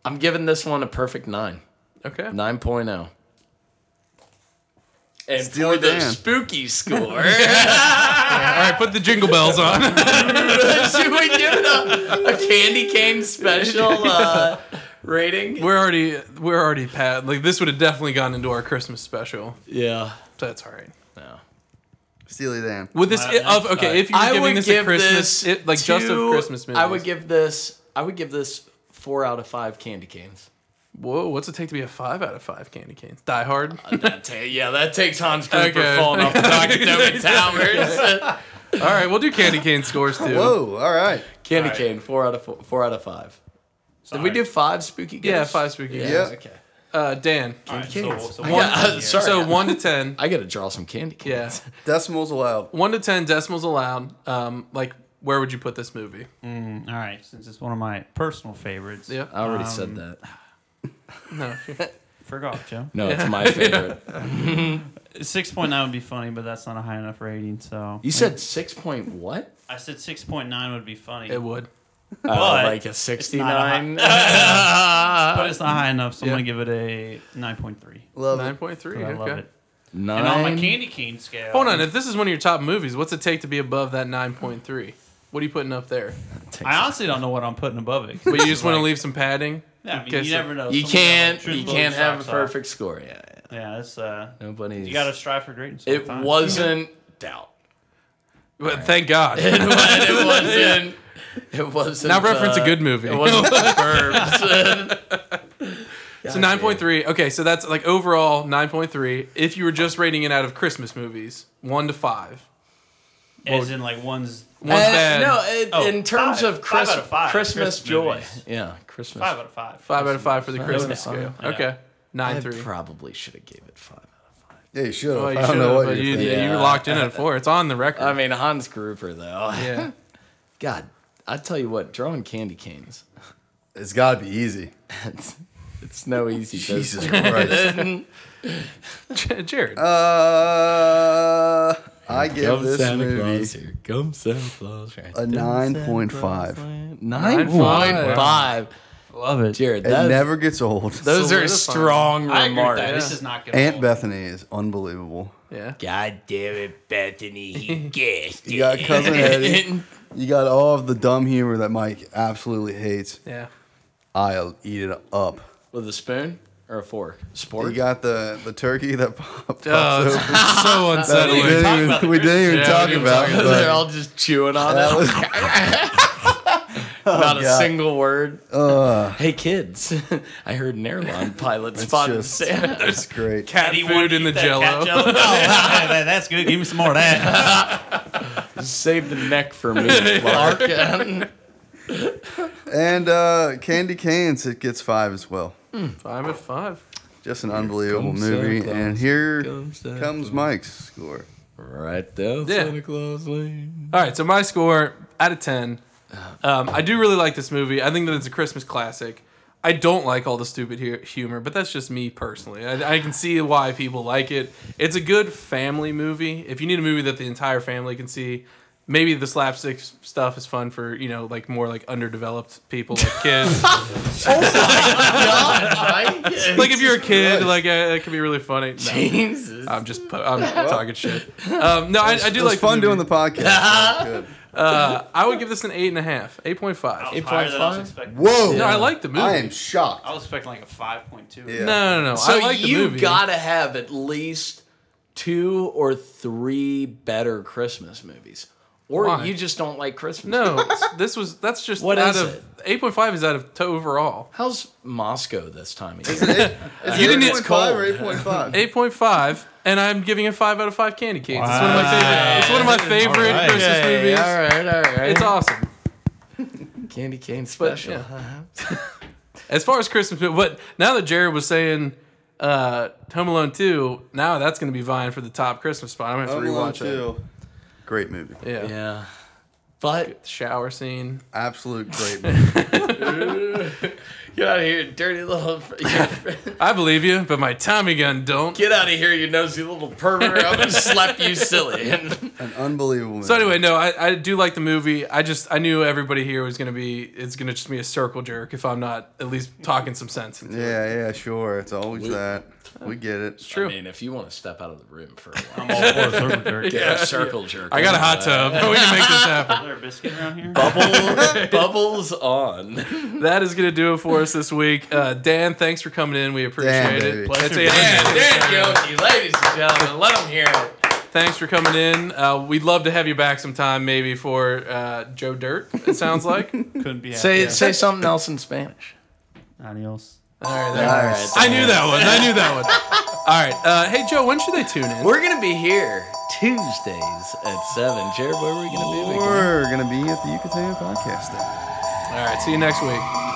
Speaker 2: I'm giving this one a perfect nine.
Speaker 1: Okay.
Speaker 2: 9.0. And
Speaker 4: Steal
Speaker 2: for the
Speaker 4: Dan.
Speaker 2: spooky score, (laughs)
Speaker 1: All right, put the jingle bells on.
Speaker 2: should we give it a, a candy cane
Speaker 1: (laughs)
Speaker 2: special uh, rating?
Speaker 1: we're already we're already pat like this would have definitely gone into our Christmas special.
Speaker 2: Yeah.
Speaker 1: So that's all right.
Speaker 2: No.
Speaker 4: Steely Dan.
Speaker 1: Would this
Speaker 3: Wow,
Speaker 1: of okay, if you were
Speaker 2: I
Speaker 1: giving
Speaker 2: would
Speaker 1: this
Speaker 2: give
Speaker 1: a Christmas
Speaker 2: this
Speaker 1: it, like just
Speaker 2: two-
Speaker 1: of Christmas movies.
Speaker 2: I would give this. I would give this four out of five candy canes.
Speaker 1: Whoa, what's it take to be a five out of five candy canes? Die
Speaker 2: (laughs)
Speaker 1: hard.
Speaker 2: That ta- yeah, that takes Hans Gruber
Speaker 1: Okay.
Speaker 2: falling off the
Speaker 1: (laughs)
Speaker 2: Nakatomi Towers.
Speaker 1: All right, we'll do candy cane scores too.
Speaker 4: Whoa, all right.
Speaker 2: candy
Speaker 3: All right.
Speaker 2: cane, four out of four, four out of five. Did we do five spooky? Ghosts?
Speaker 1: Yeah, five spooky.
Speaker 2: Yeah.
Speaker 1: Yeah.
Speaker 4: Yeah.
Speaker 2: Okay.
Speaker 1: Uh, Dan.
Speaker 3: All right, so, so
Speaker 1: One, (laughs)
Speaker 3: one,
Speaker 2: uh, sorry.
Speaker 1: So one to ten.
Speaker 2: (laughs) I gotta draw some candy
Speaker 1: Yeah.
Speaker 2: canes.
Speaker 4: Decimals allowed.
Speaker 1: One to ten decimals allowed. Um, like where would you put this movie?
Speaker 3: all right, since it's one of my personal favorites.
Speaker 1: Yeah.
Speaker 2: I already
Speaker 3: Um,
Speaker 2: said that.
Speaker 1: No.
Speaker 3: Forgot, Joe.
Speaker 2: No,
Speaker 1: (laughs)
Speaker 2: it's my favorite.
Speaker 3: (laughs) Six point nine would be funny, but that's not a high enough rating. So
Speaker 2: You said six point what?
Speaker 3: I said six point nine would be funny,
Speaker 1: It would.
Speaker 2: Uh,
Speaker 3: But
Speaker 2: like a (laughs) sixty-nine.
Speaker 3: but it's not high enough. So
Speaker 1: Yeah.
Speaker 3: I'm gonna give it a nine point three.
Speaker 4: Love
Speaker 1: Nine
Speaker 4: it.
Speaker 1: point three.
Speaker 3: I
Speaker 1: Okay.
Speaker 3: love it.
Speaker 2: Nine.
Speaker 3: And on my candy cane scale.
Speaker 1: Hold on. If this is one of your top movies, what's it take to be above that nine point three? What are you putting up there?
Speaker 3: I honestly don't know what I'm putting above it.
Speaker 1: But you just want to leave some padding.
Speaker 3: Yeah, I mean,
Speaker 1: Okay,
Speaker 3: you
Speaker 1: so-
Speaker 3: never know.
Speaker 2: You
Speaker 3: Someone
Speaker 2: can't.
Speaker 3: got a
Speaker 2: You
Speaker 3: truth
Speaker 2: can't
Speaker 3: load
Speaker 2: have a
Speaker 3: socks off.
Speaker 2: perfect score. Yeah. yeah.
Speaker 3: Yeah, it's uh,
Speaker 2: Nobody's.
Speaker 3: you gotta strive for greatness.
Speaker 2: It
Speaker 3: sometimes.
Speaker 2: wasn't doubt. (laughs)
Speaker 1: But thank God.
Speaker 2: It wasn't. It wasn't.
Speaker 1: now reference
Speaker 2: uh,
Speaker 1: a good movie.
Speaker 2: It wasn't (laughs) verbs.
Speaker 1: (laughs) So nine point three. Okay, so that's like overall nine point three. If you were just rating it out of Christmas movies, one to five.
Speaker 3: As in, like one's
Speaker 1: One's bad.
Speaker 2: Uh, No, it,
Speaker 3: Oh,
Speaker 2: in terms
Speaker 3: five. Five
Speaker 2: of Chris,
Speaker 3: out of five
Speaker 2: Christmas,
Speaker 3: Christmas
Speaker 2: joy.
Speaker 3: movies.
Speaker 2: Yeah, Christmas.
Speaker 3: five out of five.
Speaker 1: Five out of five for the Christmas
Speaker 2: no,
Speaker 1: scale.
Speaker 3: fine.
Speaker 1: Okay, nine
Speaker 2: I
Speaker 1: three.
Speaker 2: probably should have gave it five.
Speaker 4: Yeah, you should have.
Speaker 2: Oh,
Speaker 1: Well, you
Speaker 4: I don't
Speaker 1: should
Speaker 4: know
Speaker 1: have,
Speaker 4: what
Speaker 1: but
Speaker 4: you're
Speaker 1: you,
Speaker 4: thinking.
Speaker 1: you
Speaker 2: Yeah.
Speaker 1: were locked in at four. It's on the record.
Speaker 2: I mean Hans Gruber though.
Speaker 1: yeah.
Speaker 2: (laughs) God, I tell you what, drawing candy canes. (laughs)
Speaker 4: It's got to be easy.
Speaker 2: It's, it's no easy.
Speaker 4: Jesus
Speaker 2: (laughs) business.
Speaker 4: Christ.
Speaker 1: J- Jared.
Speaker 4: Uh, I give
Speaker 2: Come
Speaker 4: this
Speaker 2: Santa
Speaker 4: movie
Speaker 2: Claus here. Come Santa Claus.
Speaker 4: a 9.5.
Speaker 2: Nine point five.
Speaker 3: Love it.
Speaker 2: Jared,
Speaker 4: It
Speaker 2: that,
Speaker 4: never gets old.
Speaker 2: those
Speaker 1: solidifying.
Speaker 2: are strong
Speaker 3: I agree with
Speaker 2: remarks.
Speaker 3: that. This is not gonna.
Speaker 4: Aunt
Speaker 3: hold.
Speaker 4: Bethany is unbelievable.
Speaker 1: yeah.
Speaker 2: God damn it, Bethany, (laughs) he guessed
Speaker 4: You got
Speaker 2: (laughs)
Speaker 4: Cousin Eddie. You got all of the dumb humor that Mike absolutely hates.
Speaker 1: Yeah.
Speaker 4: I'll eat it up.
Speaker 2: With a spoon or a fork? Spork?
Speaker 4: You got the, the turkey that (laughs) popped
Speaker 1: Oh,
Speaker 4: pops (laughs) open.
Speaker 1: it's so
Speaker 4: That we
Speaker 1: unsettling.
Speaker 4: didn't
Speaker 3: talk about
Speaker 4: even,
Speaker 3: the
Speaker 4: we didn't even
Speaker 1: Yeah, we
Speaker 4: talk
Speaker 1: didn't
Speaker 2: (laughs)
Speaker 4: about.
Speaker 1: talk
Speaker 4: it,
Speaker 2: They're
Speaker 4: but
Speaker 2: all just chewing on
Speaker 1: (laughs)
Speaker 4: that
Speaker 2: it.
Speaker 4: was-
Speaker 2: (laughs) Not a
Speaker 4: God.
Speaker 2: single
Speaker 4: (laughs)
Speaker 2: word.
Speaker 4: uh,
Speaker 2: Hey kids, (laughs) I heard an
Speaker 4: (laughs)
Speaker 2: airline pilot spotted
Speaker 4: just-
Speaker 2: (laughs)
Speaker 4: (laughs)
Speaker 2: Santa.
Speaker 4: it's great.
Speaker 1: Cat
Speaker 3: Anyone
Speaker 1: food in the
Speaker 3: eat that
Speaker 1: jello.
Speaker 3: cat
Speaker 1: (laughs)
Speaker 3: jello? That- that- that's good. Give me some more of that.
Speaker 2: Save the neck for me, (laughs)
Speaker 4: (laughs)
Speaker 2: Clark.
Speaker 4: And uh, Candy Canes, it gets five as well.
Speaker 1: Five at five.
Speaker 4: Just an unbelievable
Speaker 2: comes
Speaker 4: movie.
Speaker 2: Santa
Speaker 4: and
Speaker 2: Claus.
Speaker 4: here
Speaker 2: Comes Santa
Speaker 4: comes
Speaker 2: Claus.
Speaker 4: Mike's score.
Speaker 2: right there,
Speaker 1: Yeah.
Speaker 2: Santa Claus Lane.
Speaker 1: All right, so
Speaker 4: Uh-huh.
Speaker 1: my score out of ten. Um, I do really like this movie. I think that it's a Christmas classic. I don't like all the stupid hu- humor, but that's just me personally. I, I can see why people like it. It's a good family movie. If you need a movie that the entire family can see, maybe the slapstick s- stuff is fun for you know like more like underdeveloped people,
Speaker 4: (laughs)
Speaker 1: like kids. like if you're a kid, like uh, it can be really funny. No,
Speaker 2: Jesus.
Speaker 1: I'm just pu- I'm talking shit. Um, no, I, I do
Speaker 4: it was
Speaker 1: like
Speaker 4: fun
Speaker 1: the
Speaker 4: doing
Speaker 1: movie.
Speaker 4: the
Speaker 1: (laughs)
Speaker 4: podcast. Good.
Speaker 1: Uh, I would give this an eight and a half, eight point five.
Speaker 3: was higher than I was expecting.
Speaker 4: Whoa!
Speaker 1: No, I like the movie.
Speaker 4: I am shocked.
Speaker 3: I was expecting like a 5.2.
Speaker 4: Yeah.
Speaker 1: No, no, no.
Speaker 2: So
Speaker 1: I like the
Speaker 2: you
Speaker 1: movie.
Speaker 2: gotta have at least two or three better Christmas movies, or
Speaker 1: Why?
Speaker 2: you just don't like Christmas.
Speaker 1: no, this was that's just
Speaker 2: What
Speaker 1: out
Speaker 2: is
Speaker 1: of eight point five is out of to overall.
Speaker 2: How's Moscow this time of year?
Speaker 1: (laughs)
Speaker 2: (laughs)
Speaker 1: You didn't even-
Speaker 4: 8.5 or
Speaker 1: (laughs)
Speaker 4: 8.5?
Speaker 1: Eight point five, and I'm giving it five out of five candy canes. It's one of my favorite. It's one of my favorite
Speaker 3: Alright.
Speaker 1: Christmas movies.
Speaker 2: all right, all right.
Speaker 1: It's awesome.
Speaker 2: candy cane special.
Speaker 1: yeah. As far as Christmas, but now that Jared was saying uh, Home Alone two, now that's going to be vying for the top Christmas spot. I'm
Speaker 4: Home
Speaker 1: gonna
Speaker 4: Alone
Speaker 1: have to rewatch
Speaker 4: 2. Great movie.
Speaker 1: it. Yeah.
Speaker 2: yeah. But
Speaker 1: shower scene. (laughs)
Speaker 4: Absolute great movie.
Speaker 2: (laughs) get out of here, dirty little. fr- (laughs)
Speaker 1: I believe you, but my Tommy gun don't.
Speaker 2: Get out of here, you nosy little pervert! I'm gonna slap you (laughs) silly. And
Speaker 4: An unbelievable movie.
Speaker 1: So anyway, no, I, I do like the movie. I just I knew everybody here was gonna be it's gonna just be a circle jerk if I'm not at least talking some sense. Into it.
Speaker 4: Yeah, yeah, sure. It's always that. We get it.
Speaker 1: True.
Speaker 2: I mean, if you want to step out of the room for a while, (laughs)
Speaker 3: I'm all for (laughs) circle jerk.
Speaker 2: get a circle jerk.
Speaker 1: I got a
Speaker 2: on
Speaker 1: hot
Speaker 2: that.
Speaker 1: tub. (laughs) We can make this happen.
Speaker 3: Is there a biscuit around here?
Speaker 2: uh, (laughs) Bubble, bubbles on.
Speaker 1: That is gonna do it for us this week. Uh, Dan, thanks for coming in. We appreciate
Speaker 4: Dan,
Speaker 1: it.
Speaker 4: baby.
Speaker 1: That's
Speaker 3: Pleasure,
Speaker 1: it.
Speaker 2: Dan, Dan Yoki, ladies and gentlemen, let them hear it.
Speaker 1: Thanks for coming in. Uh, we'd love to have you back sometime, maybe for uh, Joe Dirt. It sounds
Speaker 4: (laughs)
Speaker 1: like. All
Speaker 3: Couldn't be
Speaker 2: Say,
Speaker 3: happier.
Speaker 2: say something else in Spanish.
Speaker 3: Adios.
Speaker 1: right,
Speaker 4: All
Speaker 1: there.
Speaker 4: right.
Speaker 1: I knew that one. I knew that one. All right. Uh, hey Joe, when should they tune in?
Speaker 2: We're gonna be here Tuesdays at seven. Jared, where are we gonna be? again?
Speaker 4: We're going to be at the Yucatan Podcast Day.
Speaker 1: All right. See you next week.